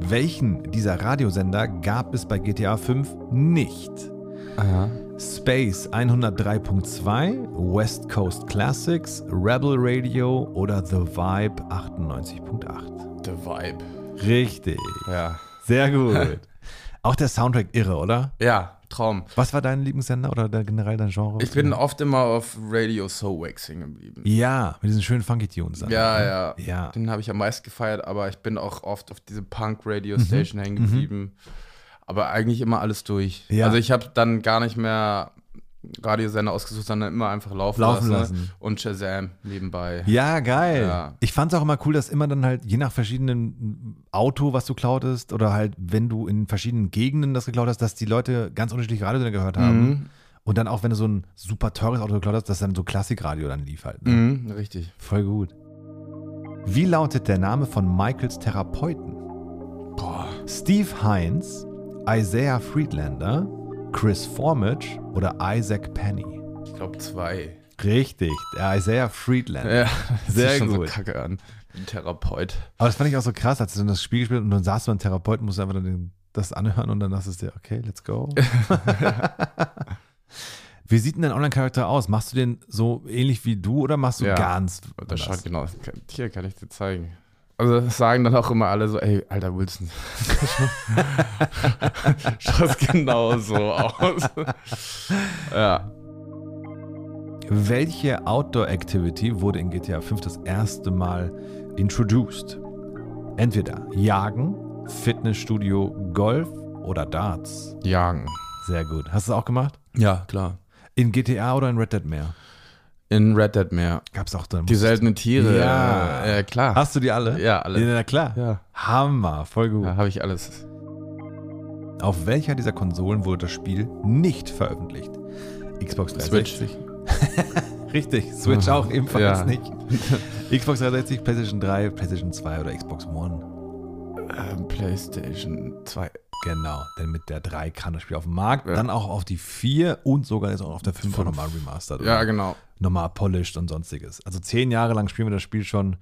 A: Welchen dieser Radiosender gab es bei GTA 5 nicht?
B: Aha.
A: Space 103.2, West Coast Classics, Rebel Radio oder The Vibe 98.8.
B: The Vibe.
A: Richtig.
B: Ja.
A: Sehr gut. Auch der Soundtrack irre, oder?
B: Ja, Traum.
A: Was war dein Lieblingssender oder der, generell dein Genre?
B: Ich bin oft immer auf Radio Soul Waxing geblieben.
A: Ja, mit diesen schönen Funky Tunes. dann.
B: Ja, ja.
A: Ja.
B: Den habe ich am meisten gefeiert, aber ich bin auch oft auf diese
A: Mhm.
B: Punk-Radio-Station hängen geblieben. Aber eigentlich immer alles durch.
A: Ja.
B: Also ich habe dann gar nicht mehr Radiosender ausgesucht, sondern immer einfach laufen,
A: Laufen
B: lassen.
A: lassen.
B: Und Shazam nebenbei.
A: Ja, geil.
B: Ja.
A: Ich fand's auch immer cool, dass immer dann halt je nach verschiedenen Auto, was du klautest, oder halt, wenn du in verschiedenen Gegenden das geklaut hast, dass die Leute ganz unterschiedliche Radiosender gehört haben.
B: Mhm.
A: Und dann auch, wenn du so ein super teures Auto geklaut hast, dass dann so Klassikradio dann lief halt. Ne?
B: Mhm, richtig.
A: Voll gut. Wie lautet der Name von Michaels Therapeuten? Steve Hines, Isaiah Friedlander, Chris Formage oder Isaac Penny?
B: Ich glaube zwei.
A: Richtig, der Isaiah Friedlander.
B: Ja,
A: Sehr
B: sehr gut.
A: gut.
B: So kacke an. Ein Therapeut.
A: Aber das fand ich auch so krass, als du dann das Spiel gespielt hast und dann saß du beim Therapeuten, musst einfach dann den, das anhören und dann dachtest es dir, okay, let's go. wie sieht denn dein Online-Charakter aus? Machst du den so ähnlich wie du oder machst du
B: Ja,
A: ganz
B: Das
A: anders?
B: schaut genau. Hier kann ich dir zeigen. Also das sagen dann auch immer alle so, ey, alter Wilson. Schaut genau so aus. ja.
A: Welche Outdoor-Activity wurde in GTA V das erste Mal introduced? Entweder Jagen, Fitnessstudio, Golf oder Darts.
B: Jagen.
A: Sehr gut. Hast du es auch gemacht?
B: Ja, klar.
A: In GTA oder in Red Dead mehr?
B: In Red Dead mehr.
A: Gab's auch dann.
B: Die seltenen Tiere.
A: Ja.
B: äh, klar.
A: Hast du die alle?
B: ja,
A: Ja,
B: alle.
A: na klar.
B: Ja,
A: Hammer, voll gut.
B: ja habe ich alles.
A: Auf welcher dieser Konsolen wurde das Spiel nicht veröffentlicht? Xbox 360.
B: Switch.
A: Richtig, Switch auch ebenfalls
B: Ja.
A: nicht. Xbox 360, PlayStation 3, PlayStation 2 oder Xbox One.
B: Ähm, PlayStation 2.
A: Genau, denn mit der 3 kam das Spiel auf den Markt,
B: Ja.
A: dann auch auf die 4 und sogar jetzt auch auf der 5 nochmal remastered.
B: Ja,
A: oder
B: genau.
A: Nochmal polished und sonstiges. Also zehn Jahre lang spielen wir das Spiel schon.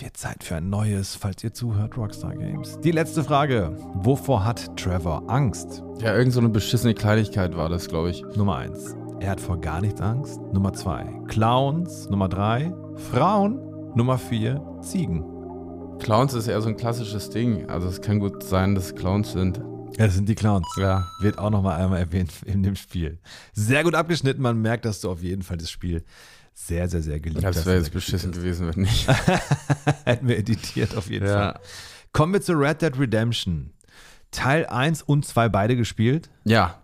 A: Wird Zeit für ein neues, falls ihr zuhört, Rockstar Games. Die letzte Frage. Wovor hat Trevor Angst?
B: Ja, irgend so eine beschissene Kleinigkeit war das, glaube ich.
A: Nummer 1. Er hat vor gar nichts Angst. Nummer 2. Clowns. Nummer 3. Frauen. Nummer 4. Ziegen.
B: Clowns ist eher so ein klassisches Ding. Also es kann gut sein, dass Clowns sind.
A: Es sind die Clowns.
B: Ja.
A: Wird auch nochmal einmal erwähnt in dem Spiel. Sehr gut abgeschnitten. Man merkt, dass du auf jeden Fall das Spiel sehr, sehr, sehr geliebt
B: Ja,
A: hast.
B: das wäre
A: und
B: jetzt
A: sehr gespielt
B: beschissen
A: hast.
B: gewesen, wenn nicht.
A: Hätten wir editiert auf jeden
B: Ja.
A: Fall. Kommen wir zu Red Dead Redemption. Teil 1 und 2 beide gespielt.
B: Ja,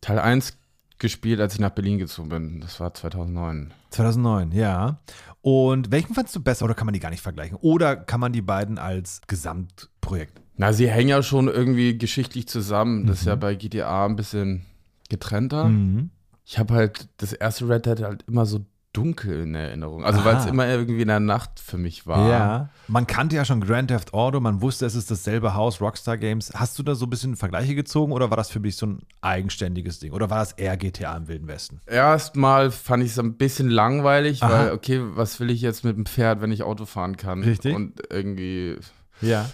B: Teil 1 gespielt, als ich nach Berlin gezogen bin. Das war 2009.
A: 2009, ja. Und welchen fandst du besser oder kann man die gar nicht vergleichen? Oder kann man die beiden als Gesamtprojekt
B: Na, sie hängen ja schon irgendwie geschichtlich zusammen. Das ist ja bei GTA ein bisschen getrennter.
A: Mhm.
B: Ich habe halt das erste Red Dead halt immer so dunkel in Erinnerung. Also
A: Aha.
B: weil es immer irgendwie in der Nacht für mich war.
A: Ja. Ah. Man kannte ja schon Grand Theft Auto, man wusste, es ist dasselbe Haus, Rockstar Games. Hast du da so ein bisschen Vergleiche gezogen oder war das für dich so ein eigenständiges Ding? Oder war das eher GTA im Wilden Westen?
B: Erstmal fand ich es ein bisschen langweilig,
A: Aha.
B: weil, okay, was will ich jetzt mit dem Pferd, wenn ich Auto fahren kann?
A: Richtig.
B: Und irgendwie
A: Ja.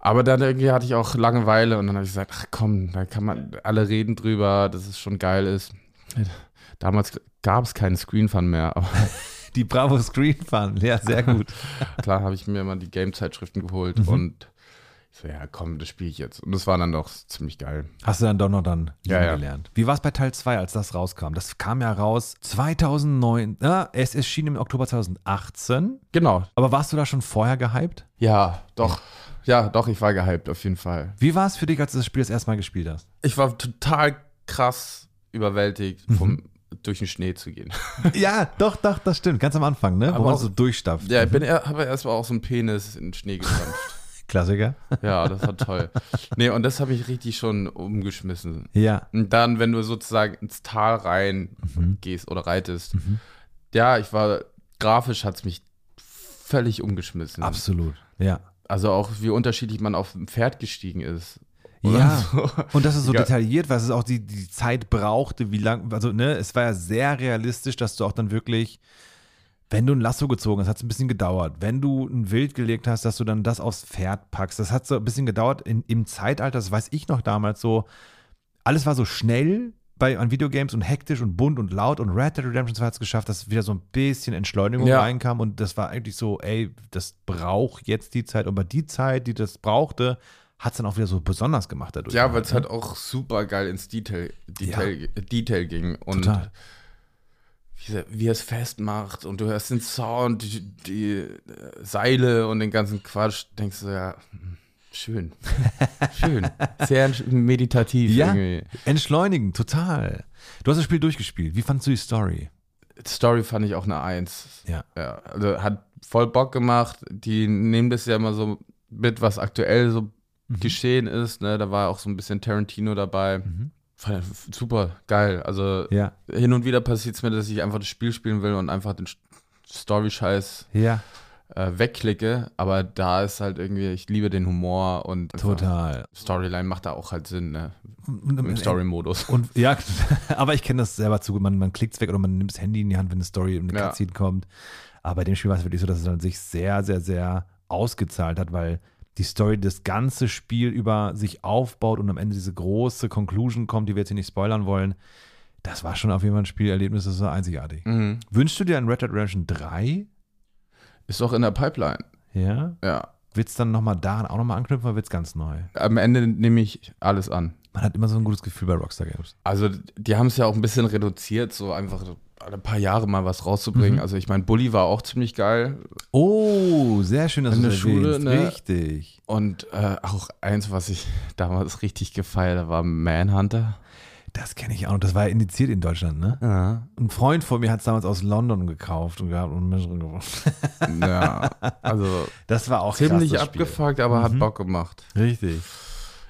B: Aber dann irgendwie hatte ich auch Langeweile und dann habe ich gesagt, ach komm, da kann man alle reden drüber, dass es schon geil ist. Damals gab es keinen Screen Fun mehr, aber
A: Die Bravo Screen Fun, ja, sehr gut.
B: klar habe ich mir immer die Game-Zeitschriften geholt und ich so, ja komm, das spiele ich jetzt. Und das war dann doch ziemlich geil.
A: Hast du dann doch noch dann
B: Ja, ja.
A: gelernt. Wie war es bei Teil 2, als das rauskam? Das kam ja raus 2009, ah, es erschien im Oktober 2018.
B: Genau.
A: Aber warst du da schon vorher gehypt?
B: Ja, doch. Ja, doch, ich war gehypt, auf jeden Fall.
A: Wie war es für dich, als du das Spiel das erste Mal gespielt hast?
B: Ich war total krass überwältigt, vom, durch den Schnee zu gehen.
A: ja, doch, doch, das stimmt. Ganz am Anfang, ne? Wo
B: Aber
A: man
B: auch-
A: so durchstapft.
B: Ja, ich bin, habe erstmal auch so einen Penis in den Schnee gestampft.
A: Klassiker.
B: Ja, das war toll. Nee, und das habe ich richtig schon umgeschmissen.
A: Ja.
B: Und dann, wenn du sozusagen ins Tal rein gehst oder reitest, ja, ich war, grafisch hat es mich völlig umgeschmissen.
A: Absolut, ja.
B: Also auch, wie unterschiedlich man auf dem Pferd gestiegen ist. oder
A: Ja,
B: so.
A: und das ist so
B: Ja.
A: detailliert, weil es auch die, die Zeit brauchte, wie lang, also ne, es war ja sehr realistisch, dass du auch dann wirklich, wenn du ein Lasso gezogen hast, hat es ein bisschen gedauert. Wenn du ein Wild gelegt hast, dass du dann das aufs Pferd packst, das hat so ein bisschen gedauert in, im Zeitalter, das weiß ich noch damals so, alles war so schnell bei an Videogames und hektisch und bunt und laut und Red Dead Redemption 2 hat es geschafft, dass wieder so ein bisschen Entschleunigung
B: Ja.
A: reinkam und das war eigentlich so, ey, das braucht jetzt die Zeit, aber die Zeit, die das brauchte, hat es dann auch wieder so besonders gemacht dadurch.
B: Ja, weil es halt auch super geil ins Detail, Detail, Detail ging. Und
A: Total.
B: Wie, er- wie er es festmacht und du hörst den Sound, die, die äh, Seile und den ganzen Quatsch, denkst du ja, hm, Schön. Schön. Sehr meditativ
A: Ja,
B: irgendwie.
A: entschleunigen, total. Du hast das Spiel durchgespielt. Wie fandst du die Story?
B: Story fand ich auch eine Eins.
A: Ja.
B: Ja, also hat voll Bock gemacht. Die nehmen das ja immer so mit, was aktuell so
A: Mhm.
B: geschehen ist. Ne? Da war auch so ein bisschen Tarantino dabei. Fand ich super geil. Also
A: Mhm. Ja.
B: hin und wieder passiert es mir, dass ich einfach das Spiel spielen will und einfach den St- Story-Scheiß
A: Ja,
B: äh, wegklicke. Aber da ist halt irgendwie, ich liebe den Humor und einfach
A: total.
B: Storyline macht da auch halt Sinn, ne?
A: Und,
B: Im Story-Modus.
A: Und ja, aber ich kenne das selber zu, man, man klickt es weg oder man nimmt das Handy in die Hand, wenn eine Story und eine
B: Ja.
A: Cutscene kommt. Aber bei dem Spiel war es wirklich so, dass es dann sich sehr, sehr, sehr ausgezahlt hat, weil die Story das ganze Spiel über sich aufbaut und am Ende diese große Conclusion kommt, die wir jetzt hier nicht spoilern wollen. Das war schon auf jeden Fall ein Spielerlebnis, das war einzigartig.
B: Mhm.
A: Wünschst du dir ein Red Dead Redemption 3?
B: Ist auch in der Pipeline.
A: Ja.
B: Ja.
A: Wird es dann nochmal daran auch nochmal anknüpfen oder wird es ganz neu?
B: Am Ende nehme ich alles an.
A: Man hat immer so ein gutes Gefühl bei Rockstar Games.
B: Also, die haben es ja auch ein bisschen reduziert, so einfach alle paar Jahre mal was rauszubringen. Also, ich meine, Bully war auch ziemlich geil
A: Oh, sehr schön, dass
B: In
A: du
B: der
A: das
B: Schule,
A: erwähnst.
B: ne?
A: Richtig.
B: und äh, auch eins, was ich damals richtig gefeiert habe, war Manhunter.
A: Das kenne ich auch. Und das war ja indiziert in Deutschland, ne?
B: Ja.
A: Ein Freund von mir hat es damals aus London gekauft und gehabt und Menschen geworfen.
B: ja. Also,
A: Das war auch krass,
B: ziemlich
A: das Spiel.
B: abgefuckt, aber hat Bock gemacht.
A: Richtig.
B: Mhm.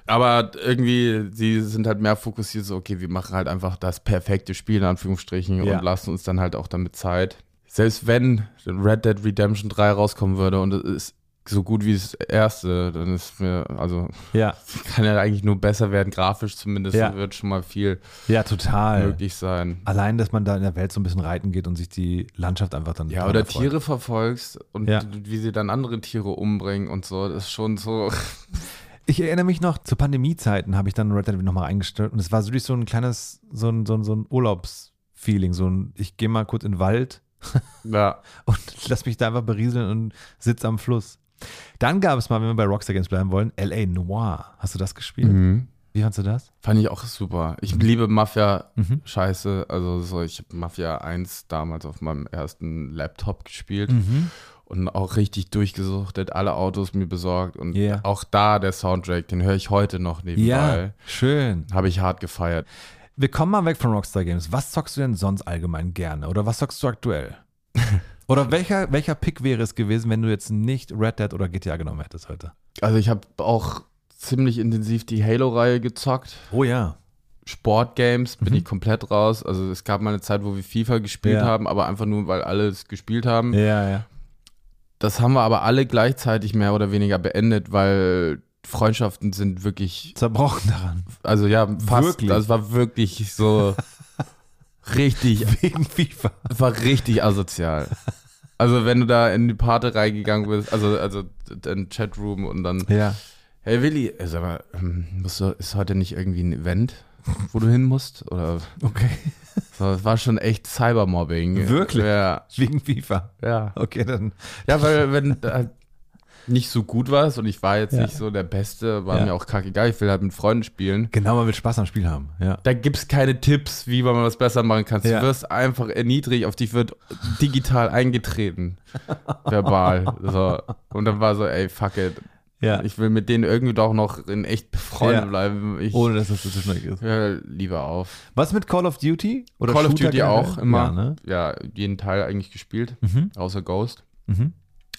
B: Aber irgendwie, sie sind halt mehr fokussiert, so, okay, wir machen halt einfach das perfekte Spiel in Anführungsstrichen
A: Ja.
B: und lassen uns dann halt auch damit Zeit. Selbst wenn Red Dead Redemption 3 rauskommen würde und es ist so gut wie das erste, dann ist mir, also
A: Ja,
B: kann ja eigentlich nur besser werden, grafisch zumindest
A: Ja.
B: wird schon mal viel
A: ja, total.
B: möglich sein.
A: Allein, dass man da in der Welt so ein bisschen reiten geht und sich die Landschaft einfach dann.
B: Ja,
A: dran
B: oder
A: erfreut.
B: Tiere verfolgst und
A: Ja.
B: wie sie dann andere Tiere umbringen und so, das ist schon so.
A: Ich erinnere mich noch, zu Pandemiezeiten habe ich dann Red Dead nochmal eingestellt und es war wirklich so ein kleines, so ein, so ein, so ein Urlaubsfeeling. So ein, ich gehe mal kurz in den Wald
B: Ja,
A: und lass mich da einfach berieseln und sitz am Fluss. Dann gab es mal, wenn wir bei Rockstar Games bleiben wollen, L.A. Noir. Hast du das gespielt?
B: mhm.
A: Wie fandst du das?
B: fand ich auch super. Ich liebe Mafia
A: Mhm.
B: Scheiße, also so, ich habe Mafia 1 damals auf meinem ersten Laptop gespielt
A: Mhm.
B: und auch richtig durchgesuchtet, alle Autos mir besorgt und
A: Yeah.
B: auch da der Soundtrack, den höre ich heute noch nebenbei.
A: Ja, schön.
B: Habe ich hart gefeiert.
A: Wir kommen mal weg von Rockstar Games. Was zockst du denn sonst allgemein gerne? Oder was zockst du aktuell? Oder welcher, welcher Pick wäre es gewesen, wenn du jetzt nicht Red Dead oder GTA genommen hättest heute?
B: Also ich habe auch ziemlich intensiv die Halo-Reihe gezockt.
A: Oh ja.
B: Sportgames bin ich komplett raus. Also es gab mal eine Zeit, wo wir FIFA gespielt
A: Mhm. Ja.
B: haben, aber einfach nur, weil alle es gespielt haben.
A: Ja, ja.
B: Das haben wir aber alle gleichzeitig mehr oder weniger beendet, weil Freundschaften sind wirklich
A: Zerbrochen daran.
B: Also ja, fast.
A: Wirklich?
B: Das war wirklich so richtig,
A: Wegen FIFA.
B: das war richtig asozial. Also wenn du da in die Party reingegangen bist, also also in Chatroom und dann,
A: Ja.
B: hey Willi, äh, sag mal, ähm, musst du, ist heute nicht irgendwie ein Event, wo du hin musst? Oder
A: Okay.
B: so, es war schon echt Cybermobbing.
A: Wirklich?
B: Ja,
A: Wegen FIFA.
B: ja.
A: Okay, dann.
B: Ja, weil wenn du halt nicht so gut warst und ich war jetzt
A: Ja.
B: nicht so der Beste, war
A: Ja.
B: mir auch kacke egal, ich will halt mit Freunden spielen.
A: Genau, man will Spaß am Spiel haben. Ja.
B: da gibt es keine Tipps, wie man was besser machen kann.
A: Ja.
B: Du wirst einfach erniedrigt, auf dich wird digital eingetreten. verbal. So. Und dann war so, ey, fuck it.
A: Ja.
B: Ich will mit denen irgendwie doch noch in echt
A: Ja.
B: befreundet bleiben. Ich
A: Ohne dass das so schnell ist.
B: hör lieber auf.
A: Was mit Call of Duty? Oder
B: Call of
A: Shooter
B: Duty
A: generell?
B: auch immer.
A: Ja, ne?
B: jeden Teil eigentlich gespielt,
A: Mhm.
B: außer Ghost.
A: Mhm.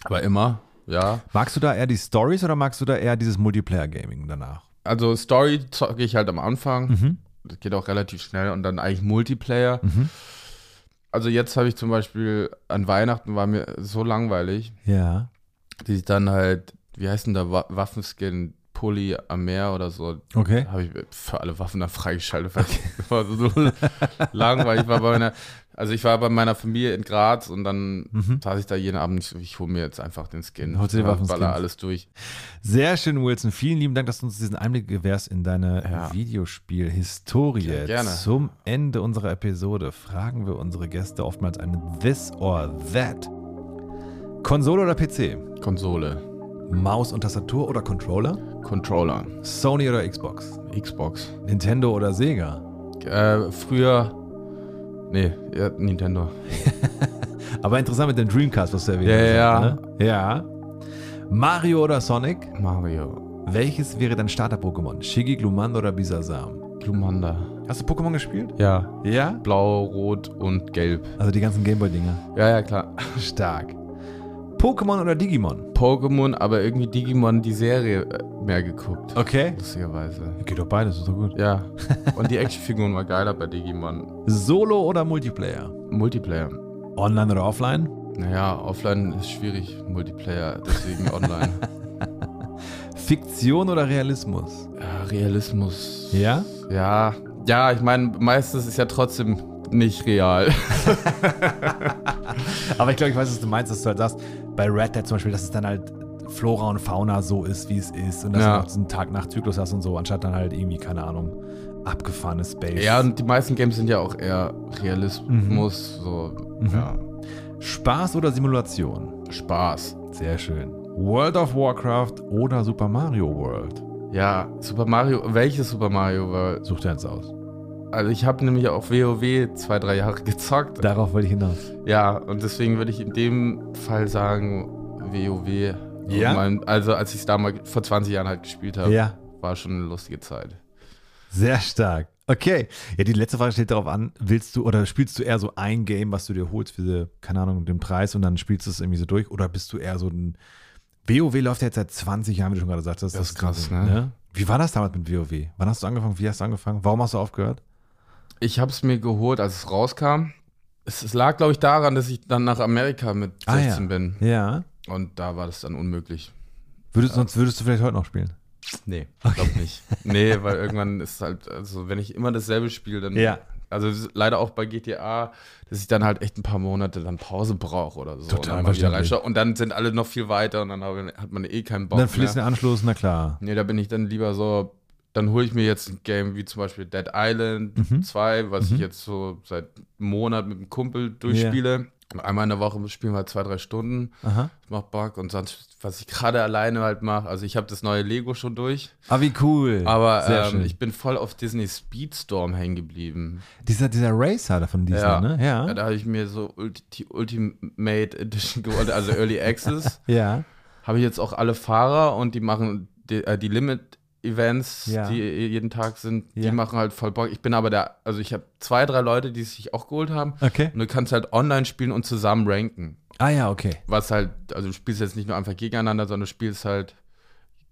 B: Aber immer, ja.
A: Magst du da eher die Stories oder magst du da eher dieses Multiplayer-Gaming danach?
B: Also Story zocke ich halt am Anfang.
A: Mhm.
B: Das geht auch relativ schnell und dann eigentlich Multiplayer.
A: Mhm.
B: Also jetzt habe ich zum Beispiel an Weihnachten war mir so langweilig,
A: Ja.
B: die sich dann halt, wie heißt denn da, Wa- Waffenskin, Pulli am Meer oder so,
A: Okay.
B: habe ich für alle Waffen dann freigeschaltet, weil das war so langweilig. Ich war bei meiner, also ich war bei meiner Familie in Graz und dann saß ich da jeden Abend, ich, ich hole mir jetzt einfach den Skin.
A: Mhm. Holst du die Waffenskins?
B: Baller alles durch.
A: Sehr schön, Wilson. Vielen lieben Dank, dass du uns diesen Einblick gewährst in deine
B: Ja.
A: Videospiel-Historie.
B: Ja, gerne.
A: Zum Ende unserer Episode fragen wir unsere Gäste oftmals einen This or That. Konsole oder PC?
B: Konsole,
A: Maus und Tastatur oder Controller?
B: Controller,
A: Sony oder Xbox?
B: Xbox.
A: Nintendo oder Sega?
B: Äh, früher, nee, ja, Nintendo.
A: Aber interessant mit dem Dreamcast, was du erwähnt
B: Ja,
A: hast. Ne? Ja. Mario oder Sonic?
B: Mario,
A: Welches wäre dein Starter-Pokémon? Shiggy, Glumanda oder Bisasam?
B: Glumanda.
A: Hast du Pokémon gespielt?
B: Ja.
A: Ja.
B: Blau, Rot und Gelb.
A: Also die ganzen Gameboy-Dinger.
B: Ja, ja, klar.
A: Stark. Pokémon oder Digimon?
B: Pokémon, aber irgendwie Digimon die Serie äh, mehr geguckt.
A: Okay.
B: Lustigerweise.
A: Geht doch beides, ist doch gut.
B: Ja. Und die Actionfiguren war geiler bei Digimon.
A: Solo oder Multiplayer?
B: Multiplayer.
A: Online oder offline?
B: Naja, offline ist schwierig, Multiplayer, deswegen online.
A: Fiktion oder Realismus?
B: ja, Realismus.
A: Ja?
B: Ja, ja, ich meine, meistens ist ja trotzdem nicht real.
A: Aber ich glaube, ich weiß, was du meinst, dass du halt sagst, bei Red Dead zum Beispiel, dass es dann halt Flora und Fauna so ist, wie es ist und dass
B: Ja.
A: du auch diesen Tag-Nacht-Zyklus hast und so, anstatt dann halt irgendwie, keine Ahnung, abgefahrenes Space.
B: ja, und die meisten Games sind ja auch eher Realismus, so, ja,
A: Spaß oder Simulation?
B: Spaß.
A: Sehr schön. World of Warcraft oder Super Mario World?
B: Ja, Super Mario, welches Super Mario war?
A: Such dir eins aus.
B: Also ich habe nämlich auch WoW zwei, drei Jahre gezockt.
A: Darauf wollte ich hinaus.
B: Ja, und deswegen würde ich in dem Fall sagen, WoW.
A: Ja?
B: Mein, also als ich es damals vor 20 Jahren halt gespielt habe,
A: Ja,
B: war schon eine lustige Zeit.
A: sehr stark. Okay. Ja, die letzte Frage steht darauf an, willst du oder spielst du eher so ein Game, was du dir holst für, diese, keine Ahnung, den Preis und dann spielst du es irgendwie so durch oder bist du eher so ein WoW läuft ja jetzt seit 20 Jahren, wie du schon gerade sagtest.
B: Das ist krass,
A: so,
B: ne?
A: Wie war das damals mit WoW? Wann hast du angefangen? Wie hast du angefangen? Warum hast du aufgehört?
B: Ich habe es mir geholt, als es rauskam. Es, es lag, glaube ich, daran, dass ich dann nach Amerika mit 16
A: Ah, ja.
B: bin.
A: Ja.
B: Und da war das dann unmöglich.
A: Würdest, Sonst würdest du vielleicht heute noch spielen.
B: Nee, ich glaube nicht. Nee, weil irgendwann ist halt, also wenn ich immer dasselbe spiele, dann.
A: Ja.
B: Also es ist leider auch bei GTA, dass ich dann halt echt ein paar Monate dann Pause brauche oder so.
A: Total
B: und, dann mal wieder
A: verständlich.
B: reinschaue. und dann sind alle noch viel weiter und dann hab- hat man eh keinen Bock
A: dann fließt
B: mehr.
A: der Anschluss, na klar.
B: Nee, da bin ich dann lieber so, dann hole ich mir jetzt ein Game wie zum Beispiel Dead Island
A: Mhm.
B: 2, was ich jetzt so seit einem Monat mit einem Kumpel durchspiele. Und einmal in der Woche spielen wir halt zwei, drei Stunden.
A: Aha.
B: Das macht Bock. Und sonst, was ich gerade alleine halt mache, also ich habe das neue Lego schon durch.
A: Ah, wie cool.
B: Aber
A: Sehr
B: ähm,
A: schön.
B: ich bin voll auf Disney Speedstorm hängen geblieben.
A: dieser, dieser Racer da von Disney,
B: Ja.
A: ne?
B: Ja, da habe ich mir so Ulti die Ultimate Edition geholt, also Early Access.
A: Ja.
B: habe ich jetzt auch alle Fahrer und die machen die, äh, die Limit Events,
A: Ja.
B: die jeden Tag sind, die
A: Ja.
B: machen halt voll Bock. Ich bin aber der, also ich habe zwei, drei Leute, die es sich auch geholt haben.
A: Okay.
B: Und du kannst halt online spielen und zusammen ranken.
A: Ah ja, okay.
B: Was halt, also du spielst jetzt nicht nur einfach gegeneinander, sondern du spielst halt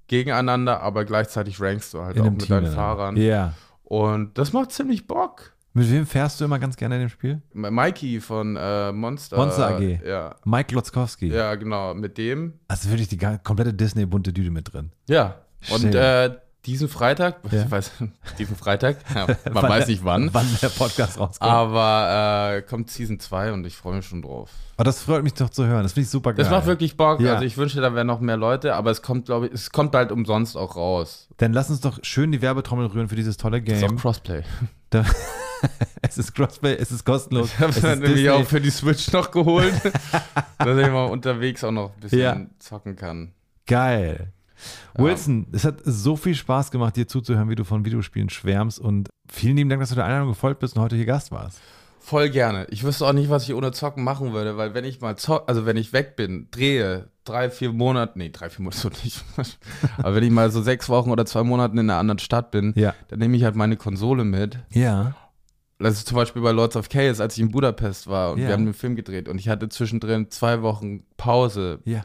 B: gegeneinander, aber gleichzeitig rankst du halt auch mit deinen
A: dann.
B: Fahrern.
A: Ja.
B: Und das macht ziemlich Bock.
A: Mit wem fährst du immer ganz gerne in dem Spiel?
B: M- Mikey von äh, Monster.
A: Monster AG.
B: Ja.
A: Mike Glotzkowski.
B: Ja, genau. Mit dem.
A: Also wirklich die ga- komplette Disney-bunte Düde mit drin.
B: Ja. Und
A: Schön.
B: äh, diesen Freitag,
A: Ja.
B: ich weiß, diesen Freitag, ja, man
A: Wann
B: weiß
A: der-
B: nicht wann, Ah.
A: Wann der Podcast rauskommt.
B: aber äh, kommt Season 2 und ich freue mich schon drauf.
A: Aber das freut mich doch zu hören. Das finde ich super geil.
B: Das macht wirklich Bock.
A: Ja.
B: Also ich wünsche, da wären noch mehr Leute, aber es kommt, glaube ich, es kommt halt umsonst auch raus.
A: Dann lass uns doch schön die Werbetrommel rühren für dieses tolle
B: Ist auch
A: Game.
B: Crossplay.
A: es ist Crossplay, es ist kostenlos.
B: Ich habe
A: es ist
B: es dann nämlich
A: Disney.
B: auch für die Switch noch geholt, dass ich mal unterwegs auch noch ein bisschen
A: Ja.
B: zocken kann.
A: Geil. Wilson, es hat so viel Spaß gemacht, dir zuzuhören, wie du von Videospielen schwärmst. Und vielen lieben Dank, dass du der Einladung gefolgt bist und heute hier Gast warst.
B: Voll gerne. Ich wüsste auch nicht, was ich ohne Zocken machen würde, weil wenn ich mal zock, also wenn ich weg bin, drehe, drei, vier Monate, nee, drei, vier Monate so nicht, aber wenn ich mal so sechs Wochen oder zwei Monaten in einer anderen Stadt bin,
A: Ja.
B: dann nehme ich halt meine Konsole mit.
A: Ja.
B: Das ist zum Beispiel bei Lords of Chaos, als ich in Budapest war und
A: Ja.
B: wir haben den Film gedreht und ich hatte zwischendrin zwei Wochen Pause,
A: Ja.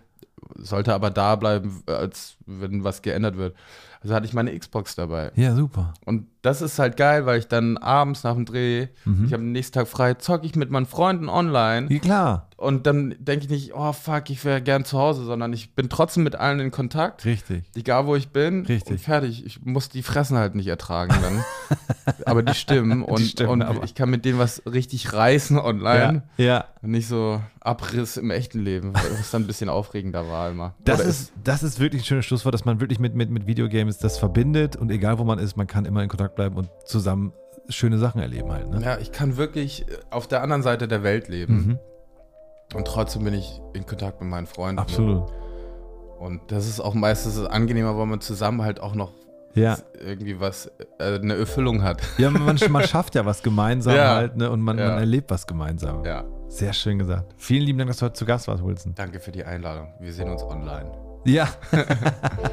B: sollte aber da bleiben, als wenn was geändert wird. Also hatte ich meine Xbox dabei.
A: Ja, super.
B: Und das ist halt geil, weil ich dann abends nach dem Dreh, ich habe den nächsten Tag frei, zocke ich mit meinen Freunden online
A: Mhm. Ja, klar.
B: und dann denke ich nicht, oh fuck, ich wäre gern zu Hause, sondern ich bin trotzdem mit allen in Kontakt,
A: Richtig.
B: egal wo ich bin.
A: Richtig.
B: Und fertig. Ich muss die Fressen halt nicht ertragen dann. aber die stimmen und,
A: stimmen
B: und
A: aber.
B: ich kann mit denen was richtig reißen online.
A: Ja. ja.
B: Und nicht so Abriss im echten Leben, weil das dann ein bisschen aufregender war immer.
A: Das
B: Oder
A: ist, das ist wirklich ein schönes Schlusswort, dass man wirklich mit, mit, mit Videogames das verbindet und egal wo man ist, man kann immer in Kontakt bleiben und zusammen schöne Sachen erleben halt. Ne?
B: Ja, ich kann wirklich äh, auf der anderen Seite der Welt leben.
A: Mhm.
B: Und trotzdem bin ich in Kontakt mit meinen Freunden.
A: Absolut.
B: Und das ist auch meistens angenehmer, weil man zusammen halt auch noch
A: Ja.
B: irgendwie was, äh, eine Erfüllung hat.
A: Ja, man, man schafft ja was gemeinsam
B: Ja.
A: halt, ne? Und man,
B: Ja.
A: man erlebt was gemeinsam.
B: Ja,
A: Sehr schön gesagt. Vielen lieben Dank, dass du heute zu Gast warst, Wilson.
B: danke für die Einladung. Wir sehen uns online.
A: Ja.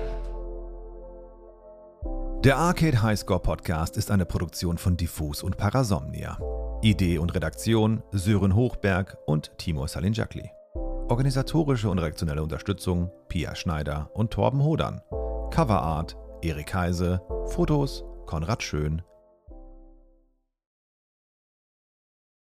A: Der Arcade Highscore Podcast ist eine Produktion von Diffus und Parasomnia. Idee und Redaktion Sören Hochberg und Timur Salinjakli. Organisatorische und redaktionelle Unterstützung Pia Schneider und Torben Hodern. Coverart Erik Heise. Fotos Konrad Schön,